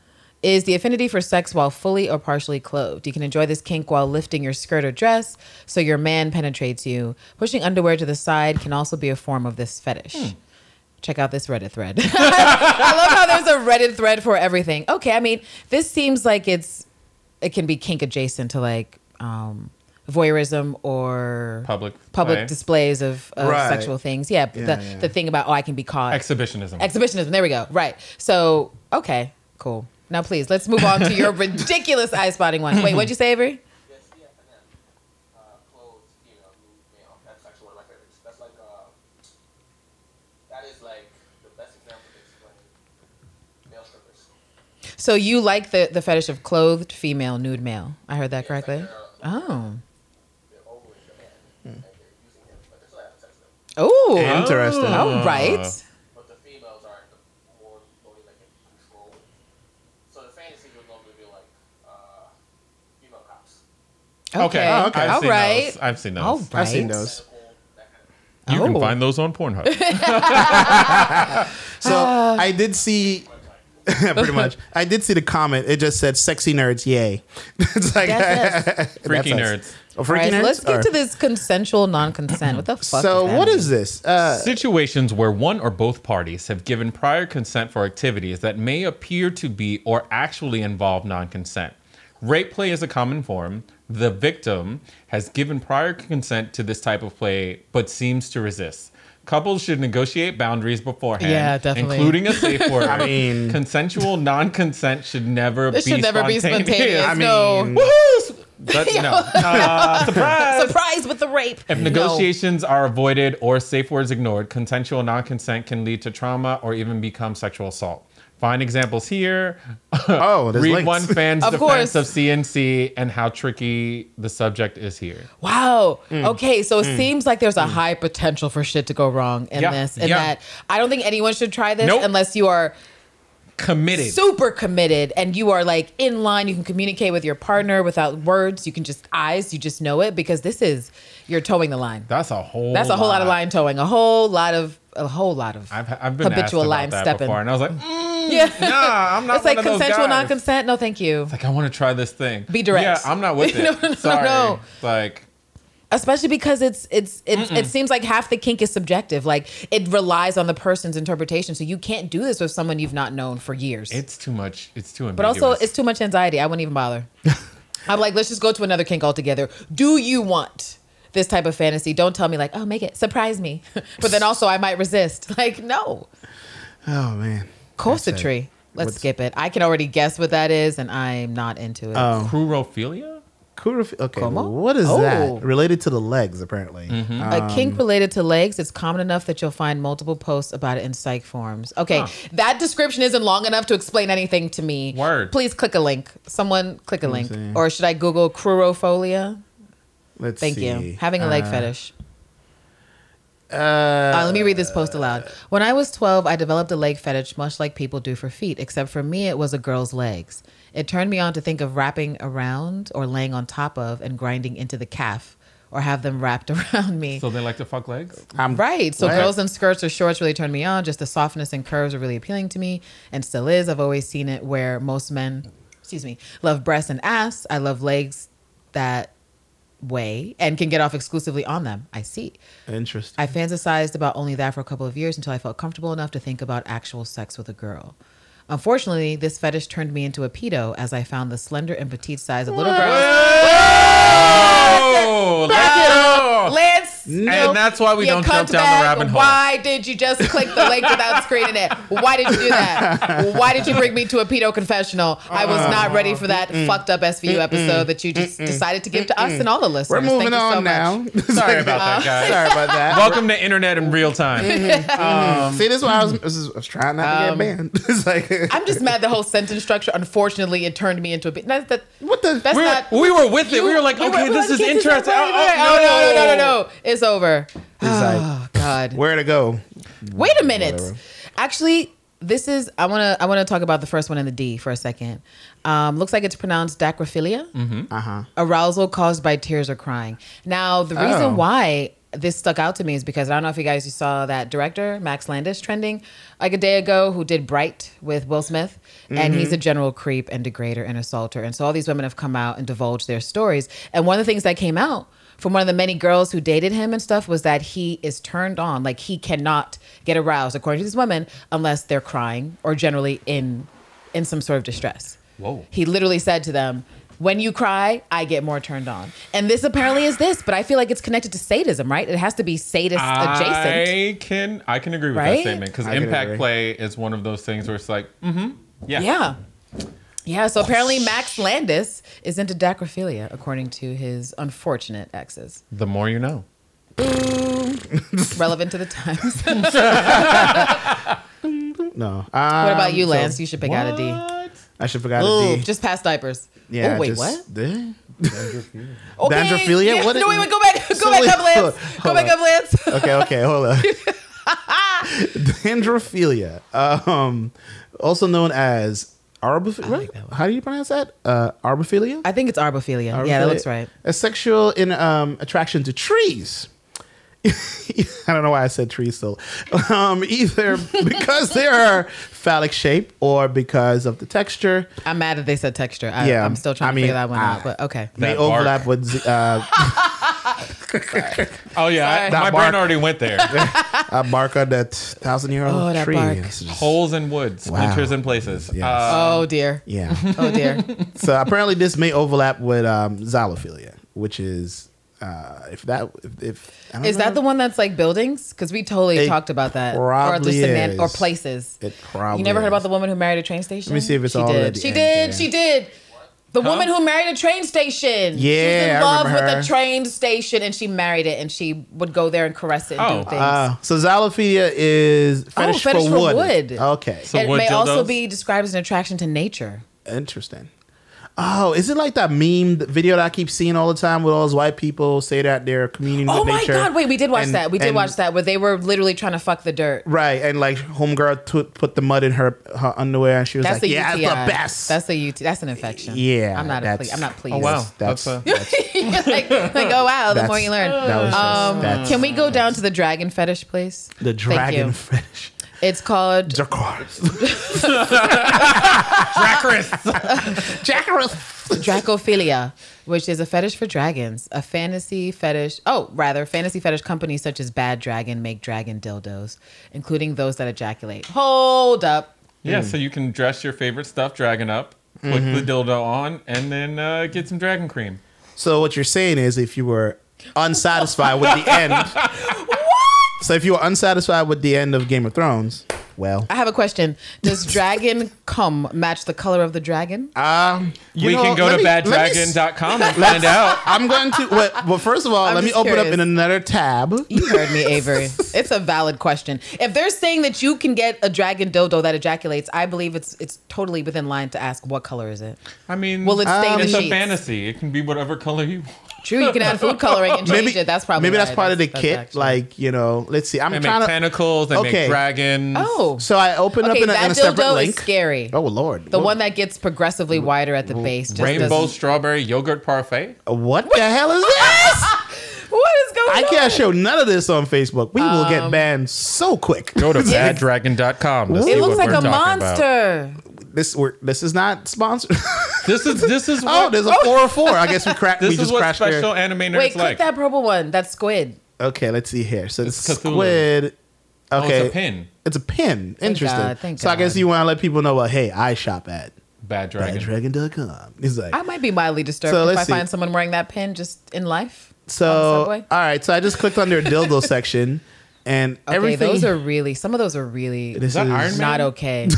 Speaker 4: is the affinity for sex while fully or partially clothed. You can enjoy this kink while lifting your skirt or dress so your man penetrates you. Pushing underwear to the side can also be a form of this fetish. Check out this Reddit thread. I love how there's a Reddit thread for everything. Okay, I mean, this seems like it's it can be kink adjacent to like um voyeurism or
Speaker 3: Public
Speaker 4: public
Speaker 3: display.
Speaker 4: displays of, of
Speaker 2: Right.
Speaker 4: sexual things. Yeah,
Speaker 2: Yeah,
Speaker 4: the
Speaker 2: yeah.
Speaker 4: the thing about oh I can be caught
Speaker 3: Exhibitionism.
Speaker 4: exhibitionism. There we go. Right. So okay, cool. Now please let's move on to your ridiculous eye spotting one. Wait, what'd you say, Avery?
Speaker 5: Yes, yeah, and then uh, clothes, you know, movement, all that sexual like it's- that's like uh, that is like the best example to explain male strippers.
Speaker 4: So you like the, the fetish of clothed female nude male. I heard that correctly. Oh. Oh.
Speaker 2: Interesting.
Speaker 4: All right.
Speaker 5: But the females are the more only like in control. So the fantasy would normally be like uh, female cops.
Speaker 4: Okay.
Speaker 3: Okay.
Speaker 2: Oh, okay.
Speaker 3: I've
Speaker 4: All
Speaker 3: seen
Speaker 4: right.
Speaker 3: Those. I've seen those.
Speaker 4: All right.
Speaker 2: I've seen those.
Speaker 5: Medical, that kind of thing.
Speaker 3: You can
Speaker 4: Oh.
Speaker 3: find those on Pornhub.
Speaker 2: So
Speaker 4: Uh.
Speaker 2: I did see. pretty much, I did see the comment. It just said "sexy nerds, yay!" it's like
Speaker 4: That's
Speaker 3: Freaky
Speaker 2: That's
Speaker 3: nerds.
Speaker 2: Oh,
Speaker 4: All
Speaker 2: freaky
Speaker 4: right.
Speaker 2: nerds?
Speaker 4: Let's get
Speaker 2: Or-
Speaker 4: to this consensual non-consent. What the fuck?
Speaker 2: So
Speaker 4: is that?
Speaker 2: what is this? Uh,
Speaker 3: Situations where one or both parties have given prior consent for activities that may appear to be or actually involve non consent. Rape play is a common form. The victim has given prior consent to this type of play but seems to resist. Couples should negotiate boundaries beforehand,
Speaker 4: Yeah, definitely.
Speaker 3: including a safe word. I
Speaker 2: mean-
Speaker 3: consensual non-consent should never
Speaker 4: This
Speaker 3: be
Speaker 4: should never be spontaneous.
Speaker 2: I mean,
Speaker 4: no.
Speaker 3: Woohoo! But no, Uh, surprise!
Speaker 4: Surprise with the rape.
Speaker 3: If negotiations are avoided or safe words ignored, consensual non consent can lead to trauma or even become sexual assault. Find examples here.
Speaker 2: oh, there's
Speaker 3: Read
Speaker 2: links.
Speaker 3: one fan's
Speaker 4: Of
Speaker 3: defense of
Speaker 4: course.
Speaker 3: CNC and how tricky the subject is here.
Speaker 4: Wow.
Speaker 3: Mm.
Speaker 4: Okay. So it seems like there's a high potential for shit to go wrong in
Speaker 3: Yeah,
Speaker 4: this and
Speaker 3: yeah.
Speaker 4: that. I don't think anyone should try this
Speaker 3: Nope.
Speaker 4: unless you are
Speaker 3: Committed.
Speaker 4: super committed and you are like in line. You can communicate with your partner without words. You can just eyes. You just know it because this is you're towing the line.
Speaker 3: That's a whole.
Speaker 4: That's a whole lot of line towing. A whole lot of a whole lot of
Speaker 3: I've, I've been habitual asked about that before, and I was like, mm,
Speaker 4: Yeah.
Speaker 3: nah, I'm not.
Speaker 4: It's like
Speaker 3: one of those
Speaker 4: consensual
Speaker 3: guys.
Speaker 4: non-consent. No, thank you.
Speaker 3: Like I want to try this thing.
Speaker 4: Be direct.
Speaker 3: Yeah, I'm not with it.
Speaker 4: No, no, no,
Speaker 3: Sorry.
Speaker 4: no.
Speaker 3: Like
Speaker 4: especially because it's it's it's it seems like half the kink is subjective like it relies on the person's interpretation so you can't do this with someone you've not known for years
Speaker 3: it's too much. It's too.
Speaker 4: but also
Speaker 3: ambiguous.
Speaker 4: it's too much anxiety i wouldn't even bother i'm like let's just go to another kink altogether do you want this type of fantasy don't tell me like oh make it surprise me but then also i might resist like no
Speaker 2: Oh man.
Speaker 4: cosetry let's
Speaker 2: What's-
Speaker 4: skip it i can already guess what that is and i'm not into it
Speaker 3: Crurophilia?
Speaker 2: Kurof- okay.
Speaker 4: Como?
Speaker 2: What is
Speaker 4: Oh. Mm-hmm.
Speaker 2: that? Related to the legs, apparently. Uh,
Speaker 4: a kink related to legs it's common enough that you'll find multiple posts about it in psych forums okay
Speaker 3: Huh.
Speaker 4: that description isn't long enough to explain anything to me
Speaker 3: Word.
Speaker 4: please click a link someone click a link
Speaker 2: see.
Speaker 4: or should i google crurofolia
Speaker 2: Let's
Speaker 4: thank
Speaker 2: see.
Speaker 4: you having a leg fetish
Speaker 2: Uh,
Speaker 4: Uh, let me read this post aloud. When I was 12, I developed a leg fetish, much like people do for feet, except for me, it was a girl's legs. It turned me on to think of wrapping around or laying on top of and grinding into the calf or have them wrapped around me.
Speaker 3: So they like to fuck legs?
Speaker 2: I'm
Speaker 4: Right. So
Speaker 2: Right.
Speaker 4: girls in skirts or shorts really turned me on. Just the softness and curves are really appealing to me and still is. I've always seen it where most men, excuse me, love breasts and ass. I love legs that way and can get off exclusively on them. I see.
Speaker 2: Interesting.
Speaker 4: I fantasized about only that for a couple of years until I felt comfortable enough to think about actual sex with a girl. Unfortunately, this fetish turned me into a pedo as I found the slender and petite size of little girls.
Speaker 3: Oh,
Speaker 4: Lance,
Speaker 3: And that's why we
Speaker 4: you
Speaker 3: don't jump
Speaker 4: cunt
Speaker 3: down
Speaker 4: bag.
Speaker 3: the rabbit hole.
Speaker 4: Why did you just click the link without screening it? Why did you do that? Why did you bring me to a pedo confessional? I was
Speaker 3: Uh,
Speaker 4: not ready for that fucked up SVU episode that you just decided to give to us and all the listeners.
Speaker 2: We're moving
Speaker 4: Thank
Speaker 2: on
Speaker 4: you so
Speaker 2: now.
Speaker 4: Much.
Speaker 3: Sorry about that, guys.
Speaker 2: Sorry about that.
Speaker 3: Welcome to internet in real
Speaker 4: Mm-hmm.
Speaker 3: time.
Speaker 2: See, this is why I was, this is, I was trying not to
Speaker 4: Um,
Speaker 2: get banned. it's like,
Speaker 4: I'm just mad the whole sentence structure. Unfortunately, it turned me into a bit. That's, that,
Speaker 2: what the?
Speaker 4: that's
Speaker 3: We were,
Speaker 4: not.
Speaker 3: we were with it. we were like,
Speaker 4: you-
Speaker 3: okay,
Speaker 4: you
Speaker 3: this
Speaker 4: were
Speaker 3: is
Speaker 4: like,
Speaker 3: interesting.
Speaker 4: right, right.
Speaker 3: Oh,
Speaker 4: Oh, no, no, no, no, no. It's over. Oh,
Speaker 2: like-
Speaker 4: God.
Speaker 2: Ah. where to go?
Speaker 4: Wait a minute.
Speaker 2: Whatever.
Speaker 4: Actually, this is I want to I want to talk about the first one in the D for a second. Um, looks like it's pronounced dacrophilia,
Speaker 2: Uh huh.
Speaker 4: arousal caused by tears or crying. Now, the reason
Speaker 2: Oh.
Speaker 4: why this stuck out to me is because I don't know if you guys saw that director Max Landis trending like a day ago who did Bright with Will Smith, and he's a general creep and degrader and assaulter. And so all these women have come out and divulged their stories. And one of the things that came out from one of the many girls who dated him and stuff was that he is turned on. Like he cannot get aroused, according to these women, unless they're crying or generally in in some sort of distress.
Speaker 3: Whoa.
Speaker 4: He literally said to them, when you cry, I get more turned on. And this apparently is this, but I feel like it's connected to sadism, right? It has to be sadist adjacent.
Speaker 3: I can I can agree with that
Speaker 4: Right?
Speaker 3: statement because
Speaker 2: I can
Speaker 3: impact
Speaker 2: agree.
Speaker 3: play is one of those things where it's like, mm-hmm, yeah,
Speaker 4: Yeah. Yeah, so apparently Max Landis is into dacrophilia, according to his unfortunate exes.
Speaker 3: The more you know.
Speaker 4: Relevant to the times. what
Speaker 2: No. Um,
Speaker 4: about you, Lance? you should pick out a D.
Speaker 3: What?
Speaker 2: Uh, I should forgot
Speaker 4: Ooh,
Speaker 2: the D.
Speaker 4: just past diapers.
Speaker 2: yeah.
Speaker 4: Oh, wait,
Speaker 2: just-
Speaker 4: what?
Speaker 2: the-
Speaker 4: Okay.
Speaker 2: Bandrophilia?
Speaker 4: Yeah.
Speaker 2: What
Speaker 4: no,
Speaker 2: it-
Speaker 4: wait, wait, go back. Go
Speaker 2: So
Speaker 4: back
Speaker 2: wait,
Speaker 4: up, Lance.
Speaker 2: hold-
Speaker 4: Go
Speaker 2: hold
Speaker 4: back
Speaker 2: on.
Speaker 4: up, Lance.
Speaker 2: Okay, okay, hold on. Dandrophilia, um, also known as arbophilia.
Speaker 4: like that one.
Speaker 2: How do you pronounce that? Uh, arbophilia.
Speaker 4: I think it's arbophilia. Yeah, that
Speaker 2: Arbophilia?
Speaker 4: looks right.
Speaker 2: A sexual in, um, attraction to trees. I don't know why I said trees still. Um, either because they are phallic shape or because of the texture.
Speaker 4: I'm mad that they said texture. I,
Speaker 2: Yeah,
Speaker 4: I'm still trying
Speaker 2: I
Speaker 4: to figure
Speaker 2: mean,
Speaker 4: that one
Speaker 2: I-
Speaker 4: out. But okay.
Speaker 3: That
Speaker 2: they
Speaker 3: bark.
Speaker 2: overlap with z- uh,
Speaker 3: Oh yeah, I,
Speaker 4: Sorry.
Speaker 3: my
Speaker 2: That
Speaker 3: brain
Speaker 2: bark.
Speaker 3: already went there.
Speaker 2: a bark on that thousand year
Speaker 4: Oh,
Speaker 2: old
Speaker 4: that
Speaker 2: tree.
Speaker 4: bark.
Speaker 2: It's just-
Speaker 3: Holes in wood, splinters in places.
Speaker 2: Yes.
Speaker 3: Uh,
Speaker 4: Oh dear.
Speaker 2: yeah.
Speaker 4: Oh dear.
Speaker 2: so apparently this may overlap with um, xylophilia, which is uh, if that if, if I don't
Speaker 4: Is that the
Speaker 2: know.
Speaker 4: one that's like buildings? Because we totally
Speaker 2: It
Speaker 4: talked about that. or
Speaker 2: probably
Speaker 4: the man-
Speaker 2: is.
Speaker 4: or places.
Speaker 2: It probably
Speaker 4: you never heard
Speaker 2: is.
Speaker 4: about the woman who married a train station?
Speaker 2: see if it's
Speaker 4: she
Speaker 2: all at
Speaker 4: did.
Speaker 2: the
Speaker 4: She
Speaker 2: end there.
Speaker 4: did. She did. The woman who married a train station. she was
Speaker 2: Yeah,
Speaker 4: in
Speaker 2: I
Speaker 4: love
Speaker 2: remember her.
Speaker 4: with a train station, and she married it, and she would go there and caress it and
Speaker 3: Oh.
Speaker 4: do things.
Speaker 2: Uh, so xylophilia is fetish,
Speaker 4: Oh, fetish
Speaker 2: for,
Speaker 4: for
Speaker 2: wood.
Speaker 4: wood.
Speaker 2: Okay,
Speaker 3: So
Speaker 4: it
Speaker 3: wood
Speaker 4: may also
Speaker 3: dildos?
Speaker 4: be described as an attraction to nature.
Speaker 2: interesting. Oh, is it like that meme th- video that I keep seeing all the time with all those white people say that they're communing
Speaker 4: Oh
Speaker 2: with
Speaker 4: my
Speaker 2: nature?
Speaker 4: God! Wait, we did watch
Speaker 2: and-
Speaker 4: that. We did
Speaker 2: and-
Speaker 4: watch that where they were literally trying to fuck the dirt.
Speaker 2: Right, and like homegirl t- put the mud in her her underwear, and she was
Speaker 4: That's
Speaker 2: like,
Speaker 4: a
Speaker 2: "Yeah,
Speaker 4: UTI.
Speaker 2: that's the best."
Speaker 4: That's a UTI. That's an infection.
Speaker 2: Yeah,
Speaker 4: I'm not. A
Speaker 2: that's-
Speaker 4: ple- I'm not pleased.
Speaker 3: oh wow,
Speaker 2: That's-
Speaker 3: that's, a,
Speaker 4: like, like, oh wow, the
Speaker 2: That's-
Speaker 4: more you learn.
Speaker 2: that was just-
Speaker 4: um,
Speaker 2: that's-
Speaker 4: can we go down to the dragon fetish, please?
Speaker 2: the dragon
Speaker 4: you.
Speaker 2: fetish.
Speaker 4: It's called
Speaker 2: Dracarys.
Speaker 3: Dracarys.
Speaker 2: Dracarys.
Speaker 4: Dracophilia, which is a fetish for dragons, a fantasy fetish. Oh, rather, fantasy fetish companies such as Bad Dragon make dragon dildos, including those that ejaculate. Hold up.
Speaker 3: yeah,
Speaker 2: Mm.
Speaker 3: so you can dress your favorite stuff, dragon up, put the
Speaker 2: Mm-hmm.
Speaker 3: dildo on, and then uh, get some dragon cream.
Speaker 2: So what you're saying is, if you were unsatisfied with the end, so if you were unsatisfied with the end of Game of Thrones, well,
Speaker 4: I have a question. Does dragon cum match the color of the dragon?
Speaker 2: um, you
Speaker 3: we
Speaker 2: know,
Speaker 3: can go
Speaker 2: let
Speaker 3: to
Speaker 2: me- let me s-
Speaker 3: baddragon.com and find out.
Speaker 2: I'm going to. Well, well first of all,
Speaker 4: I'm
Speaker 2: let me
Speaker 4: just
Speaker 2: open up
Speaker 4: curious.
Speaker 2: in another tab.
Speaker 4: You heard me, Avery. It's a valid question. If they're saying that you can get a dragon dildo that ejaculates, I believe it's it's totally within line to ask what color is it.
Speaker 3: I mean,
Speaker 2: Um,
Speaker 4: Will it stay in the
Speaker 3: it's a
Speaker 4: sheets?
Speaker 3: fantasy. It can be whatever color you want.
Speaker 4: True, you can add food coloring and change it. That's probably
Speaker 2: maybe that's
Speaker 4: right.
Speaker 2: part of the
Speaker 4: That's-
Speaker 2: kit.
Speaker 4: that's actually-
Speaker 2: Like you know, let's see. I'm
Speaker 3: They
Speaker 2: trying
Speaker 3: make
Speaker 2: to.
Speaker 3: tentacles. They
Speaker 2: Okay.
Speaker 3: make dragons.
Speaker 4: oh,
Speaker 2: so I open up
Speaker 4: okay,
Speaker 2: in a, in
Speaker 4: that
Speaker 2: a separate
Speaker 4: dildo
Speaker 2: link.
Speaker 4: is scary.
Speaker 2: Oh lord,
Speaker 4: the
Speaker 2: What-
Speaker 4: one that gets progressively wider at the base. Just
Speaker 3: rainbow
Speaker 4: doesn't-
Speaker 3: strawberry yogurt parfait.
Speaker 2: What the hell is this?
Speaker 4: What Um, is going
Speaker 2: I
Speaker 4: on?
Speaker 2: can't show none of this on Facebook. We will get banned so quick.
Speaker 3: Go to
Speaker 4: Yes.
Speaker 3: baddragon.com. to
Speaker 4: It
Speaker 3: see
Speaker 4: looks
Speaker 3: what
Speaker 4: like
Speaker 3: we're
Speaker 4: a
Speaker 3: talking about.
Speaker 4: monster.
Speaker 2: This we're, this is not sponsored.
Speaker 3: This is this is
Speaker 2: oh,
Speaker 3: what
Speaker 2: there's a 404. I guess we cracked.
Speaker 3: this
Speaker 2: we
Speaker 3: is
Speaker 2: just
Speaker 3: what
Speaker 2: crashed there.
Speaker 3: special anime nerds
Speaker 4: Wait, click
Speaker 3: like.
Speaker 4: that purple one. That's squid.
Speaker 2: Okay, let's see here. So it's,
Speaker 3: It's Cthulhu.
Speaker 2: squid.
Speaker 3: Oh, it's
Speaker 2: Okay,
Speaker 3: a pin.
Speaker 2: It's a pin. Interesting.
Speaker 4: God, thank
Speaker 2: so I guess
Speaker 4: God.
Speaker 2: you want to let people know. Well, hey, I shop at
Speaker 3: Bad dragon.
Speaker 2: dragon.com. He's like,
Speaker 4: I might be mildly disturbed
Speaker 2: So
Speaker 4: if
Speaker 2: let's
Speaker 4: I
Speaker 2: see.
Speaker 4: find someone wearing that pin just in life.
Speaker 2: so all
Speaker 4: subway?
Speaker 2: right. So I just clicked on their dildo section, and
Speaker 4: Okay,
Speaker 2: everything.
Speaker 4: those are really. Some of those are really
Speaker 2: This
Speaker 3: that
Speaker 2: is-
Speaker 3: Iron Man?
Speaker 4: not okay.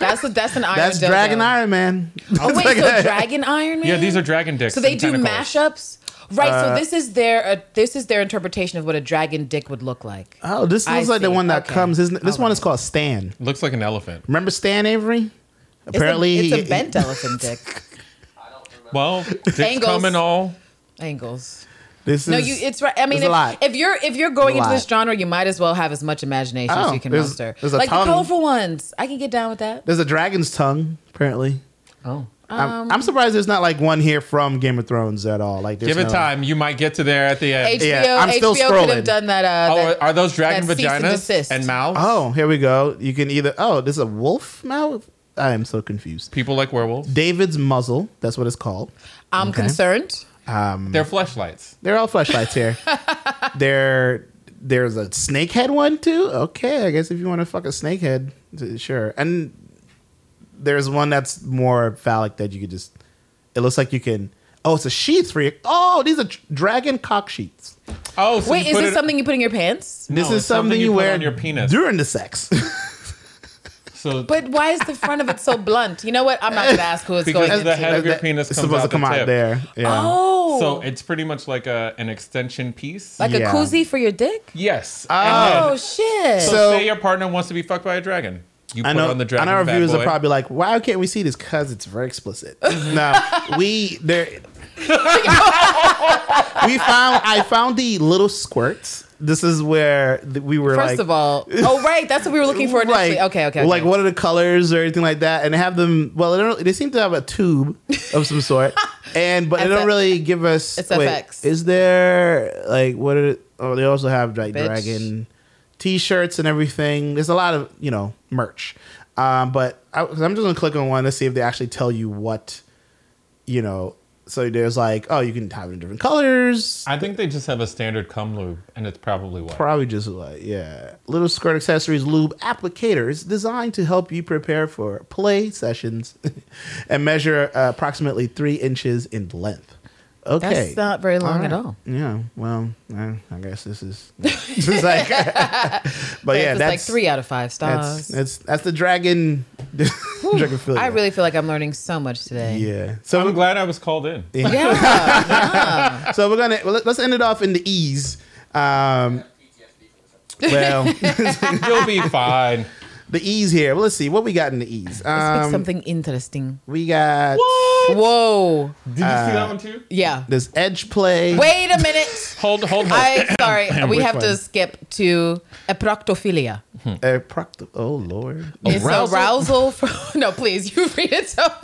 Speaker 4: that's a, that's an iron.
Speaker 2: That's
Speaker 4: dildo.
Speaker 2: Dragon Iron Man.
Speaker 4: Oh wait, so Dragon Iron Man.
Speaker 3: Yeah, these are dragon dicks.
Speaker 4: So they
Speaker 3: and
Speaker 4: do
Speaker 3: tentacles.
Speaker 4: mashups, right? so this is their uh, this is their interpretation of what a dragon dick would look like.
Speaker 2: Oh, this
Speaker 4: I
Speaker 2: looks like the
Speaker 4: see.
Speaker 2: one that
Speaker 4: Okay.
Speaker 2: comes. Isn't, this
Speaker 4: All
Speaker 2: one is
Speaker 4: right.
Speaker 2: called Stan.
Speaker 3: Looks like an elephant.
Speaker 2: Remember Stan Avery?
Speaker 4: It's a-
Speaker 2: Apparently,
Speaker 4: it's a,
Speaker 2: he-
Speaker 4: bent elephant dick.
Speaker 5: I don't remember.
Speaker 3: Well, dicks
Speaker 4: Angles.
Speaker 3: come in all.
Speaker 4: Angles.
Speaker 2: This
Speaker 4: No,
Speaker 2: is
Speaker 4: you. It's right. I mean,
Speaker 2: there's a lot.
Speaker 4: if, if you're if you're going
Speaker 2: There's a
Speaker 4: into this
Speaker 2: lot.
Speaker 4: genre, you might as well have as much imagination as
Speaker 2: Oh,
Speaker 4: you can
Speaker 2: there's-
Speaker 4: muster.
Speaker 2: there's a
Speaker 4: like
Speaker 2: tongue.
Speaker 4: the colorful ones, I can get down with that.
Speaker 2: there's a dragon's tongue. Apparently,
Speaker 3: Oh.
Speaker 4: Um,
Speaker 2: I'm, I'm surprised there's not like one here from Game of Thrones at all. Like, there's
Speaker 3: Give it
Speaker 2: no-
Speaker 3: time. You might get to there at the end.
Speaker 4: HBO,
Speaker 2: Yeah, I'm still
Speaker 4: HBO could
Speaker 2: scrolling.
Speaker 4: have done that. Uh,
Speaker 3: oh,
Speaker 4: that-
Speaker 3: are those dragon
Speaker 4: that cease and
Speaker 3: vaginas and,
Speaker 4: desist.
Speaker 3: mouths?
Speaker 2: Oh, here we go. You can either oh, this is a wolf mouth. I am so confused.
Speaker 3: People like werewolves.
Speaker 2: David's muzzle. That's what it's called.
Speaker 4: I'm concerned.
Speaker 3: They're fleshlights.
Speaker 2: They're all flashlights here. there, there's a snakehead one too. Okay, I guess if you want to fuck a snakehead, d- sure. And there's one that's more phallic that you could just. It looks like you can. Oh, it's a sheath for you. Oh, these are dr- dragon cock sheets.
Speaker 3: Oh, so
Speaker 4: Wait,
Speaker 3: you
Speaker 4: is
Speaker 3: put
Speaker 4: this
Speaker 3: it-
Speaker 4: something you put in your pants?
Speaker 2: This
Speaker 3: No,
Speaker 2: is
Speaker 3: it's
Speaker 2: something, you,
Speaker 3: put
Speaker 2: wear
Speaker 3: on your penis.
Speaker 2: during the sex.
Speaker 3: So
Speaker 4: But why is the front of it so blunt? You know what? I'm not gonna ask who it's
Speaker 3: Because
Speaker 4: going.
Speaker 3: the
Speaker 4: into.
Speaker 3: head of your
Speaker 2: That-
Speaker 3: penis
Speaker 2: it's
Speaker 3: comes
Speaker 2: supposed
Speaker 3: out
Speaker 2: to come
Speaker 3: the
Speaker 2: out
Speaker 3: tip.
Speaker 2: there. Yeah.
Speaker 4: Oh,
Speaker 3: so it's pretty much like a an extension piece.
Speaker 4: like
Speaker 2: Yeah.
Speaker 4: a koozie for your dick?
Speaker 3: yes.
Speaker 4: Oh
Speaker 3: And then-
Speaker 4: shit!
Speaker 3: so,
Speaker 2: Ah, So-
Speaker 3: say your partner wants to be fucked by a dragon. You
Speaker 2: I
Speaker 3: put
Speaker 2: know,
Speaker 3: on the
Speaker 2: I
Speaker 3: dragon.
Speaker 2: know our
Speaker 3: bad
Speaker 2: viewers
Speaker 3: boy.
Speaker 2: are probably like, why can't we see this? Because it's very explicit. no, we there. we found I found the little squirts. This is where th- we were
Speaker 4: First
Speaker 2: like,
Speaker 4: of all, oh right, that's what we were looking for initially.
Speaker 2: Right.
Speaker 4: okay, okay, okay.
Speaker 2: Like, what are the colors or anything like that? And they have them. Well, they, don't, they seem to have a tube of some sort, and but they
Speaker 4: That's
Speaker 2: don't
Speaker 4: it.
Speaker 2: really give us.
Speaker 4: It's
Speaker 2: wait,
Speaker 4: FX.
Speaker 2: Is there like what? Are, oh, they also have like
Speaker 4: Bitch.
Speaker 2: dragon t-shirts and everything. There's a lot of you know merch, um, but I, I'm just gonna click on one to see if they actually tell you what you know. So there's like, oh, you can have it in different colors.
Speaker 3: I think they just have a standard cum lube, and it's probably what.
Speaker 2: Probably just like, yeah. Little Skirt Accessories Lube Applicator is designed to help you prepare for play sessions and measure uh, approximately three inches in length. Okay.
Speaker 4: That's not very long at
Speaker 2: Alright.
Speaker 4: all.
Speaker 2: Yeah. Well, I, I guess this is, this is like, but
Speaker 4: If
Speaker 2: Oh, yeah,
Speaker 4: it's
Speaker 2: that's
Speaker 4: like three out of five
Speaker 2: That's,
Speaker 4: stars.
Speaker 2: that's that's the dragon. Dragonfly.
Speaker 4: I really feel like I'm learning so much today.
Speaker 2: Yeah. So
Speaker 3: I'm glad I was called in.
Speaker 4: Yeah.
Speaker 2: so we're gonna well, let's end it off in the ease. Um,
Speaker 5: PTSD from this episode.
Speaker 2: well,
Speaker 3: You'll be fine.
Speaker 2: the ease here. Well, let's see what we got in the ease.
Speaker 4: Let's pick
Speaker 2: Um,
Speaker 4: something interesting.
Speaker 2: We got
Speaker 4: Whoa.
Speaker 3: Did you see that one too?
Speaker 4: Yeah.
Speaker 2: this edge play.
Speaker 4: Wait a minute.
Speaker 3: Hold, hold, hold.
Speaker 4: I sorry. we
Speaker 2: Which
Speaker 4: have to
Speaker 2: one?
Speaker 4: skip to eproctophilia.
Speaker 2: Uh, proct- oh lord.
Speaker 4: It's
Speaker 3: Arousal?
Speaker 4: arousal for no, please, you read it so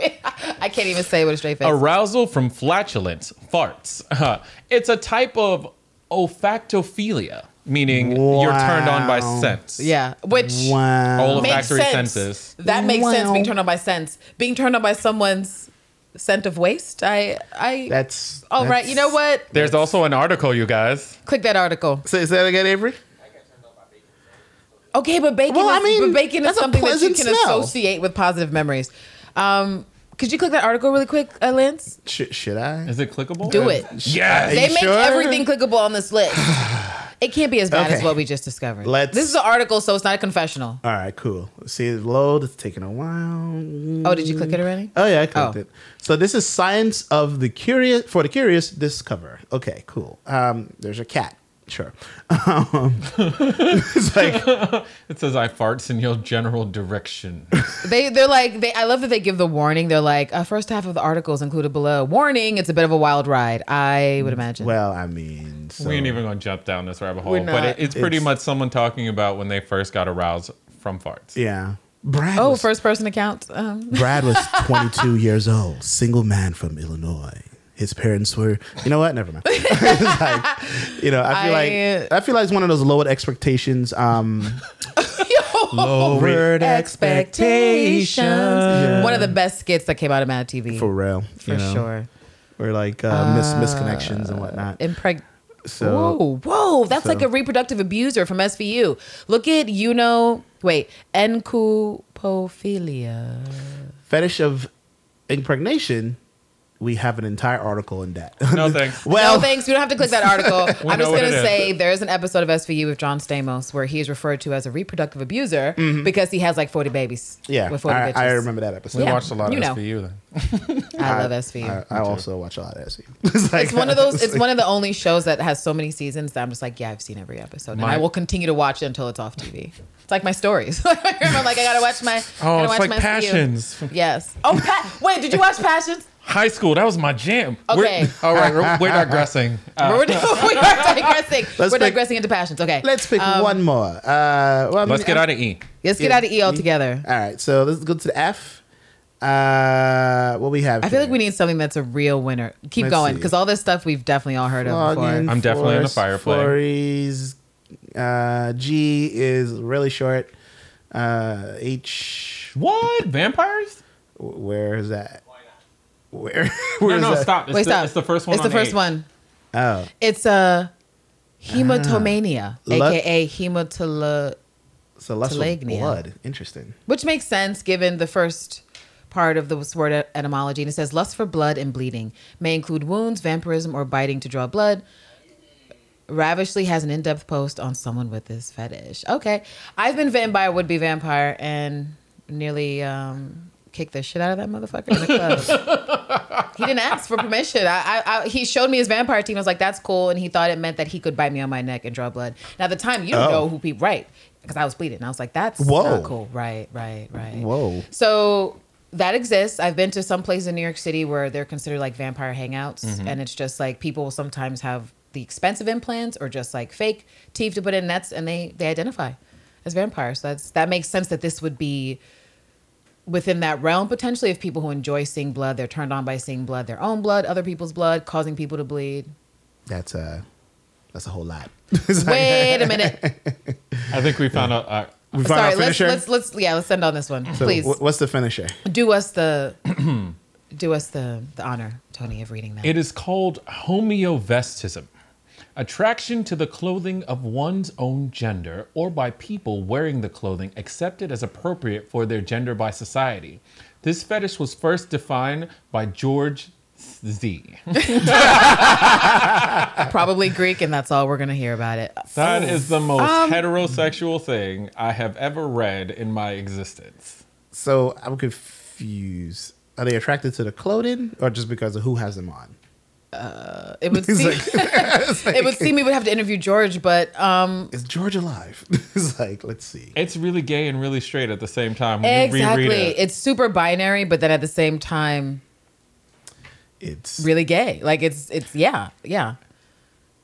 Speaker 4: I can't even say it with a straight face.
Speaker 3: Arousal from flatulence, farts. it's a type of olfactophilia, meaning you're turned on by
Speaker 2: Wow.
Speaker 3: scents.
Speaker 4: yeah. Which
Speaker 2: Wow.
Speaker 3: Olaf-
Speaker 4: makes
Speaker 3: Olfactory
Speaker 4: sense.
Speaker 3: senses.
Speaker 4: That makes sense.
Speaker 2: Wow.
Speaker 4: Being turned on by scents. Being turned on by someone's scent of waste. I I
Speaker 2: That's
Speaker 4: all right. You know what?
Speaker 3: There's also an article, you guys.
Speaker 4: Click that article.
Speaker 2: Say say that again, Avery.
Speaker 5: I got turned on by bacon.
Speaker 4: Okay, but bacon.
Speaker 2: Well,
Speaker 4: is,
Speaker 2: I mean,
Speaker 4: but bacon is
Speaker 2: that's a
Speaker 4: something that you
Speaker 2: pleasant
Speaker 4: can
Speaker 2: smell.
Speaker 4: associate with positive memories. Um, could you click that article really quick, uh, Lance?
Speaker 2: Sh- should I?
Speaker 3: Is it clickable?
Speaker 4: Do it.
Speaker 3: Yes.
Speaker 2: Uh, Are
Speaker 4: They
Speaker 2: you
Speaker 4: make
Speaker 2: sure?
Speaker 4: everything clickable on this list. It can't be as bad as
Speaker 2: Okay.
Speaker 4: what we just discovered.
Speaker 2: Let's-
Speaker 4: this is an article, so it's not a confessional.
Speaker 2: All right, cool. Let's see it load. It's taking a while.
Speaker 4: Oh, did you click it already?
Speaker 2: Oh yeah, I clicked
Speaker 4: Oh.
Speaker 2: it. So this is science of the curious for the curious. Discover. Okay, cool. Um, there's a cat. Sure. Um, it's like
Speaker 3: It says I farts in your general direction.
Speaker 4: They they're like they. I love that they give the warning. They're like uh, first half of the article is included below. Warning: It's a bit of a wild ride. I would imagine.
Speaker 2: well, I mean, so,
Speaker 3: we ain't even gonna jump down this rabbit hole,
Speaker 4: We're
Speaker 3: but
Speaker 4: not.
Speaker 3: it, it's pretty
Speaker 2: It's-
Speaker 3: much someone talking about when they first got aroused from farts.
Speaker 2: yeah. Brad.
Speaker 4: oh,
Speaker 2: was-
Speaker 4: first person account. Um,
Speaker 2: Brad was 22 years old, single man from Illinois. His parents were, you know what? Never mind. It's like, you know, I feel
Speaker 4: I-
Speaker 2: like I feel like it's one of those lowered expectations. Um, lowered
Speaker 4: expectations. One of the best skits that came out of Mad TV.
Speaker 2: for real,
Speaker 4: for sure.
Speaker 2: We're like uh, mis- misconnections and whatnot.
Speaker 4: Impreg.
Speaker 2: So
Speaker 4: whoa, whoa, that's
Speaker 2: so-
Speaker 4: like a reproductive abuser from SVU. Look at you know, wait, encupophilia.
Speaker 2: fetish of impregnation. We have an entire article in that.
Speaker 3: No thanks.
Speaker 2: well,
Speaker 4: no thanks. We don't have to click that article. I'm
Speaker 3: know
Speaker 4: just
Speaker 3: what
Speaker 4: gonna
Speaker 3: it is.
Speaker 4: say there is an episode of SVU with John Stamos where he is referred to as a reproductive abuser because he has like 40 babies.
Speaker 2: yeah,
Speaker 4: with 40
Speaker 2: I,
Speaker 4: bitches.
Speaker 2: I remember that episode.
Speaker 3: We
Speaker 4: Yeah,
Speaker 3: watched a lot
Speaker 4: you
Speaker 3: of
Speaker 4: know.
Speaker 3: SVU then.
Speaker 4: I love SVU.
Speaker 2: I, I also watch a lot of SE. it's, like-
Speaker 4: it's one of those. It's one of the only shows that has so many seasons that I'm just like, yeah, I've seen every episode, and
Speaker 3: My-
Speaker 4: I will continue to watch it until it's off TV. It's like my stories. I'm like, I gotta watch my.
Speaker 3: Oh,
Speaker 4: gotta
Speaker 3: it's
Speaker 4: watch
Speaker 3: like
Speaker 4: my SVU.
Speaker 3: passions. from
Speaker 4: Yes. Oh, pa- wait. Did you watch Passions?
Speaker 3: High school, that was my jam.
Speaker 4: Okay.
Speaker 3: We're, all right, we're, we're digressing. Uh,
Speaker 4: we're, we are digressing.
Speaker 2: Let's
Speaker 4: we're
Speaker 2: pick-
Speaker 4: digressing into Passions. Okay.
Speaker 2: Let's pick
Speaker 4: Um,
Speaker 2: one more. Uh, well, I
Speaker 3: let's
Speaker 2: mean,
Speaker 3: get out
Speaker 2: I'm-
Speaker 3: of E.
Speaker 4: Let's get out of E altogether.
Speaker 2: All right, so let's go to the F. Uh, what we have?
Speaker 4: I feel like we need something that's a real winner. Keep
Speaker 2: Let's
Speaker 4: going,
Speaker 2: see.
Speaker 4: because all this stuff we've definitely all heard of before.
Speaker 2: Flogging,
Speaker 3: I'm definitely in the
Speaker 2: force,
Speaker 3: fire play.
Speaker 2: Flores, uh, G is really short. Uh, H,
Speaker 3: What? Vampires?
Speaker 2: where is that?
Speaker 5: Why not?
Speaker 2: Where? Where's
Speaker 3: no, no,
Speaker 2: that?
Speaker 3: stop. It's,
Speaker 4: Wait,
Speaker 3: the,
Speaker 4: stop.
Speaker 3: it's the first one.
Speaker 4: It's the
Speaker 3: on
Speaker 4: first
Speaker 3: eight.
Speaker 4: one.
Speaker 2: Oh,
Speaker 4: It's uh, a hematomania,
Speaker 2: Let-
Speaker 4: aka hematolo.
Speaker 2: so lustful
Speaker 4: Telegnia.
Speaker 2: blood. Interesting.
Speaker 4: Which makes sense given the first part of the word et- etymology. And it says lust for blood and bleeding may include wounds, vampirism, or biting to draw blood. Ravishly has an in depth post on someone with this fetish. Okay. I've been bitten by a would be vampire and nearly um, kicked the shit out of that motherfucker in the club. he didn't ask for permission. I, I, I, he showed me his vampire team. I was like, that's cool. And he thought it meant that he could bite me on my neck and draw blood. Now, at the time, you don't
Speaker 2: Oh.
Speaker 4: know who people, right? because I was bleeding. I was like, that's
Speaker 2: Whoa.
Speaker 4: not cool. Right, right, right.
Speaker 2: Whoa.
Speaker 4: So that exists. I've been to some place in New York City where they're considered like vampire hangouts,
Speaker 2: Mm-hmm.
Speaker 4: and it's just like people will sometimes have the expensive implants or just like fake teeth to put in nets, and they they identify as vampires. So that's that makes sense that this would be within that realm potentially of people who enjoy seeing blood. They're turned on by seeing blood, their own blood, other people's blood, causing people to bleed.
Speaker 2: That's a that's a whole lot.
Speaker 4: Wait a minute.
Speaker 3: I think we found out. Uh,
Speaker 2: We found
Speaker 4: Sorry,
Speaker 2: our
Speaker 4: let's,
Speaker 2: finisher.
Speaker 4: let's let's yeah, let's end on this one,
Speaker 2: So
Speaker 4: please.
Speaker 2: wh- what's the finisher?
Speaker 4: do us the do us the the honor, Tony, of reading that.
Speaker 3: it is called homeovestism. Attraction to the clothing of one's own gender or by people wearing the clothing accepted as appropriate for their gender by society. This fetish was first defined by George Z.
Speaker 4: Probably Greek, and that's all we're gonna hear about it.
Speaker 3: That is the most heterosexual thing I have ever read in my existence.
Speaker 2: So I'm confused. Are they attracted to the clothing or just because of who has them on?
Speaker 4: It would
Speaker 2: It's
Speaker 4: seem it would seem we would have to interview George, but um,
Speaker 2: Is George alive? it's like, let's see.
Speaker 3: It's really gay and really straight at the same time when you
Speaker 4: exactly,
Speaker 3: reread it.
Speaker 4: it's super binary, but then at the same time,
Speaker 2: It's
Speaker 4: really gay. Like it's it's yeah yeah,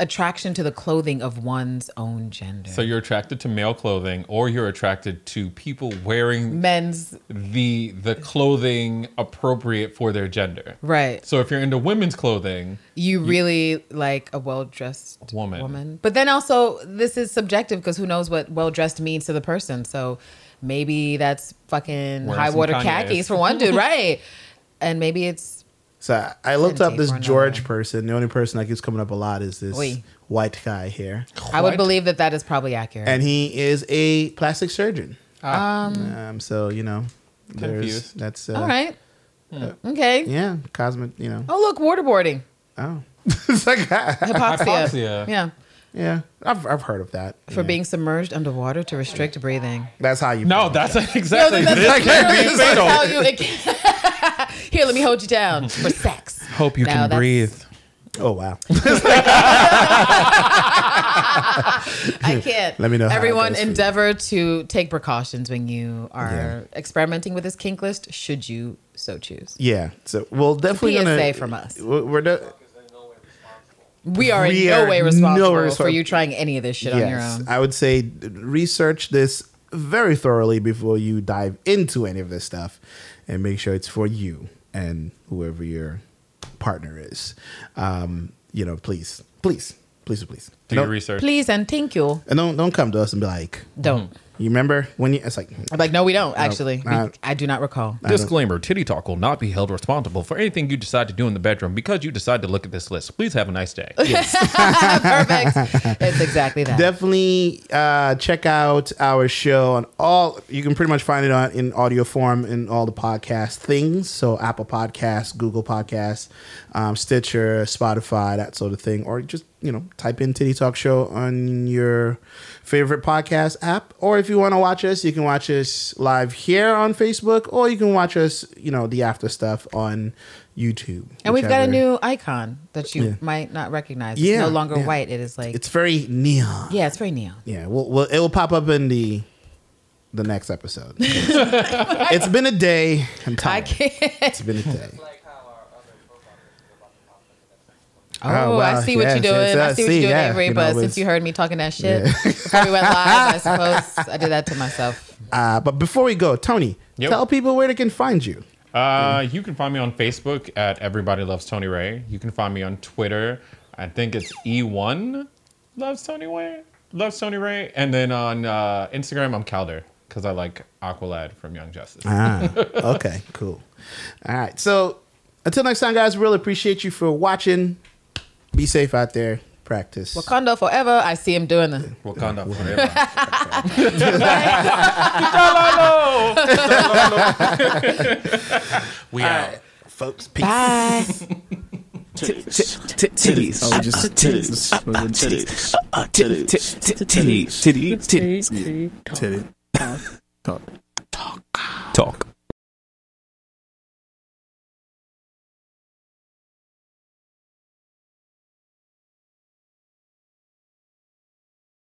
Speaker 4: attraction to the clothing of one's own gender.
Speaker 3: So you're attracted to male clothing or you're attracted to people wearing
Speaker 4: Men's
Speaker 3: the the clothing appropriate for their gender.
Speaker 4: right.
Speaker 3: So if you're into women's clothing,
Speaker 4: you really like a well dressed
Speaker 3: Woman.
Speaker 4: woman. But then also, this is subjective because who knows what well dressed means to the person. So maybe that's fucking
Speaker 3: Wearing
Speaker 4: high
Speaker 3: some
Speaker 4: water
Speaker 3: Kanye's.
Speaker 4: khakis for one dude, right? And maybe it's
Speaker 2: so I- I looked up
Speaker 4: Tape
Speaker 2: this
Speaker 4: or another
Speaker 2: George
Speaker 4: one.
Speaker 2: person. The only person that keeps coming up a lot is this
Speaker 4: Oi.
Speaker 2: white guy here.
Speaker 4: I
Speaker 3: What?
Speaker 4: would believe that that is probably accurate.
Speaker 2: And he is a plastic surgeon.
Speaker 3: ah,
Speaker 2: Um, so you know, there's
Speaker 3: Confused.
Speaker 2: that's uh,
Speaker 4: All right,
Speaker 3: Hmm.
Speaker 4: okay.
Speaker 2: Yeah, cosmic. You know,
Speaker 4: Oh look, waterboarding,
Speaker 2: oh, it's like
Speaker 4: hypoxia.
Speaker 3: Hypoxia.
Speaker 4: yeah,
Speaker 2: yeah. I've I've heard of that
Speaker 4: for
Speaker 2: Yeah.
Speaker 4: being submerged underwater to restrict breathing.
Speaker 2: That's how you.
Speaker 3: no, that's exactly.
Speaker 4: No,
Speaker 3: this
Speaker 4: that's
Speaker 3: can be
Speaker 4: literally just
Speaker 3: fatal.
Speaker 4: how you- it can- Here, let me hold you down for sex.
Speaker 3: Hope you
Speaker 4: No,
Speaker 3: can
Speaker 4: that's-
Speaker 3: breathe.
Speaker 2: Oh wow.
Speaker 4: I can't.
Speaker 2: Let me know how it
Speaker 4: Everyone,
Speaker 2: goes for you.
Speaker 4: endeavor to take precautions when you are
Speaker 2: Yeah.
Speaker 4: experimenting with this kink list, should you so choose.
Speaker 2: yeah. So we'll definitely
Speaker 4: PSA
Speaker 2: gonna
Speaker 4: from us.
Speaker 2: We're we're de-
Speaker 5: because they're nowhere responsible.
Speaker 4: We are
Speaker 2: We
Speaker 4: in no
Speaker 2: are
Speaker 4: way
Speaker 2: no
Speaker 4: responsible for
Speaker 2: respons-
Speaker 4: you trying any of this shit on your
Speaker 2: yes.
Speaker 4: own.
Speaker 2: I would say research this very thoroughly before you dive into any of this stuff, and make sure it's for you and whoever your partner is. Um, you know, please, please, please, please.
Speaker 3: Do
Speaker 2: don't,
Speaker 3: your research.
Speaker 4: Please and thank you.
Speaker 2: and don't don't come to us and be like,
Speaker 4: Don't.
Speaker 2: you remember when you? It's like
Speaker 4: I'm like, no, we don't, actually. We-
Speaker 2: I-
Speaker 4: I do not recall.
Speaker 3: Disclaimer Titty Talk will not be held responsible for anything you decide to do in the bedroom because you decide to look at this list. Please have a nice day.
Speaker 4: Perfect. It's exactly that.
Speaker 2: definitely uh, check out our show on all you can pretty much find it on in audio form in all the podcast things so apple podcasts google podcasts um, stitcher spotify that sort of thing or just you know type in titty talk show on your favorite podcast app or if you want to watch us you can watch us live here on facebook or you can watch us you know the after stuff on youtube
Speaker 4: and we've got a
Speaker 2: whichever.
Speaker 4: new icon that you
Speaker 2: Yeah.
Speaker 4: might not recognize. It's
Speaker 2: Yeah,
Speaker 4: no longer
Speaker 2: yeah.
Speaker 4: white. It is like,
Speaker 2: it's very neon
Speaker 4: yeah, it's very neon.
Speaker 2: Yeah, we'll, we'll it will pop up in the the next episode. it's been a day. I'm
Speaker 4: I
Speaker 2: tired.
Speaker 4: can't.
Speaker 2: It's been a day.
Speaker 5: Like how our other profile is about to pop up in the next
Speaker 4: Oh,
Speaker 2: Oh, wow.
Speaker 4: I see what
Speaker 2: Yes,
Speaker 4: you're doing.
Speaker 2: yes,
Speaker 4: I
Speaker 2: yes,
Speaker 4: see what
Speaker 2: see,
Speaker 4: you're doing,
Speaker 2: yeah,
Speaker 4: Avery.
Speaker 2: you know,
Speaker 4: but
Speaker 2: it was-
Speaker 4: since you heard me talking that shit
Speaker 2: Yeah.
Speaker 4: before we went live, I suppose I did that to myself.
Speaker 2: Uh, but before we go, Tony,
Speaker 3: Yep.
Speaker 2: tell people where they can find you.
Speaker 3: Uh, you can find me on Facebook at Everybody Loves Tony Ray. You can find me on Twitter. I think it's E1 Loves Tony Ray. Loves Tony Ray. And then on uh, Instagram, I'm Calder because I like Aqualad from Young Justice.
Speaker 2: Ah, okay, cool. All right. So until next time, guys, really appreciate you for watching. Be safe out there. Practice.
Speaker 4: Wakanda forever. I see him doing the.
Speaker 3: Wakanda forever. we out.
Speaker 2: folks. Peace.
Speaker 4: Bye.
Speaker 1: Titties.
Speaker 6: Oh, just titties. Titties. Titties.
Speaker 1: Titties. Titties.
Speaker 6: Titties. Talk.
Speaker 1: Talk.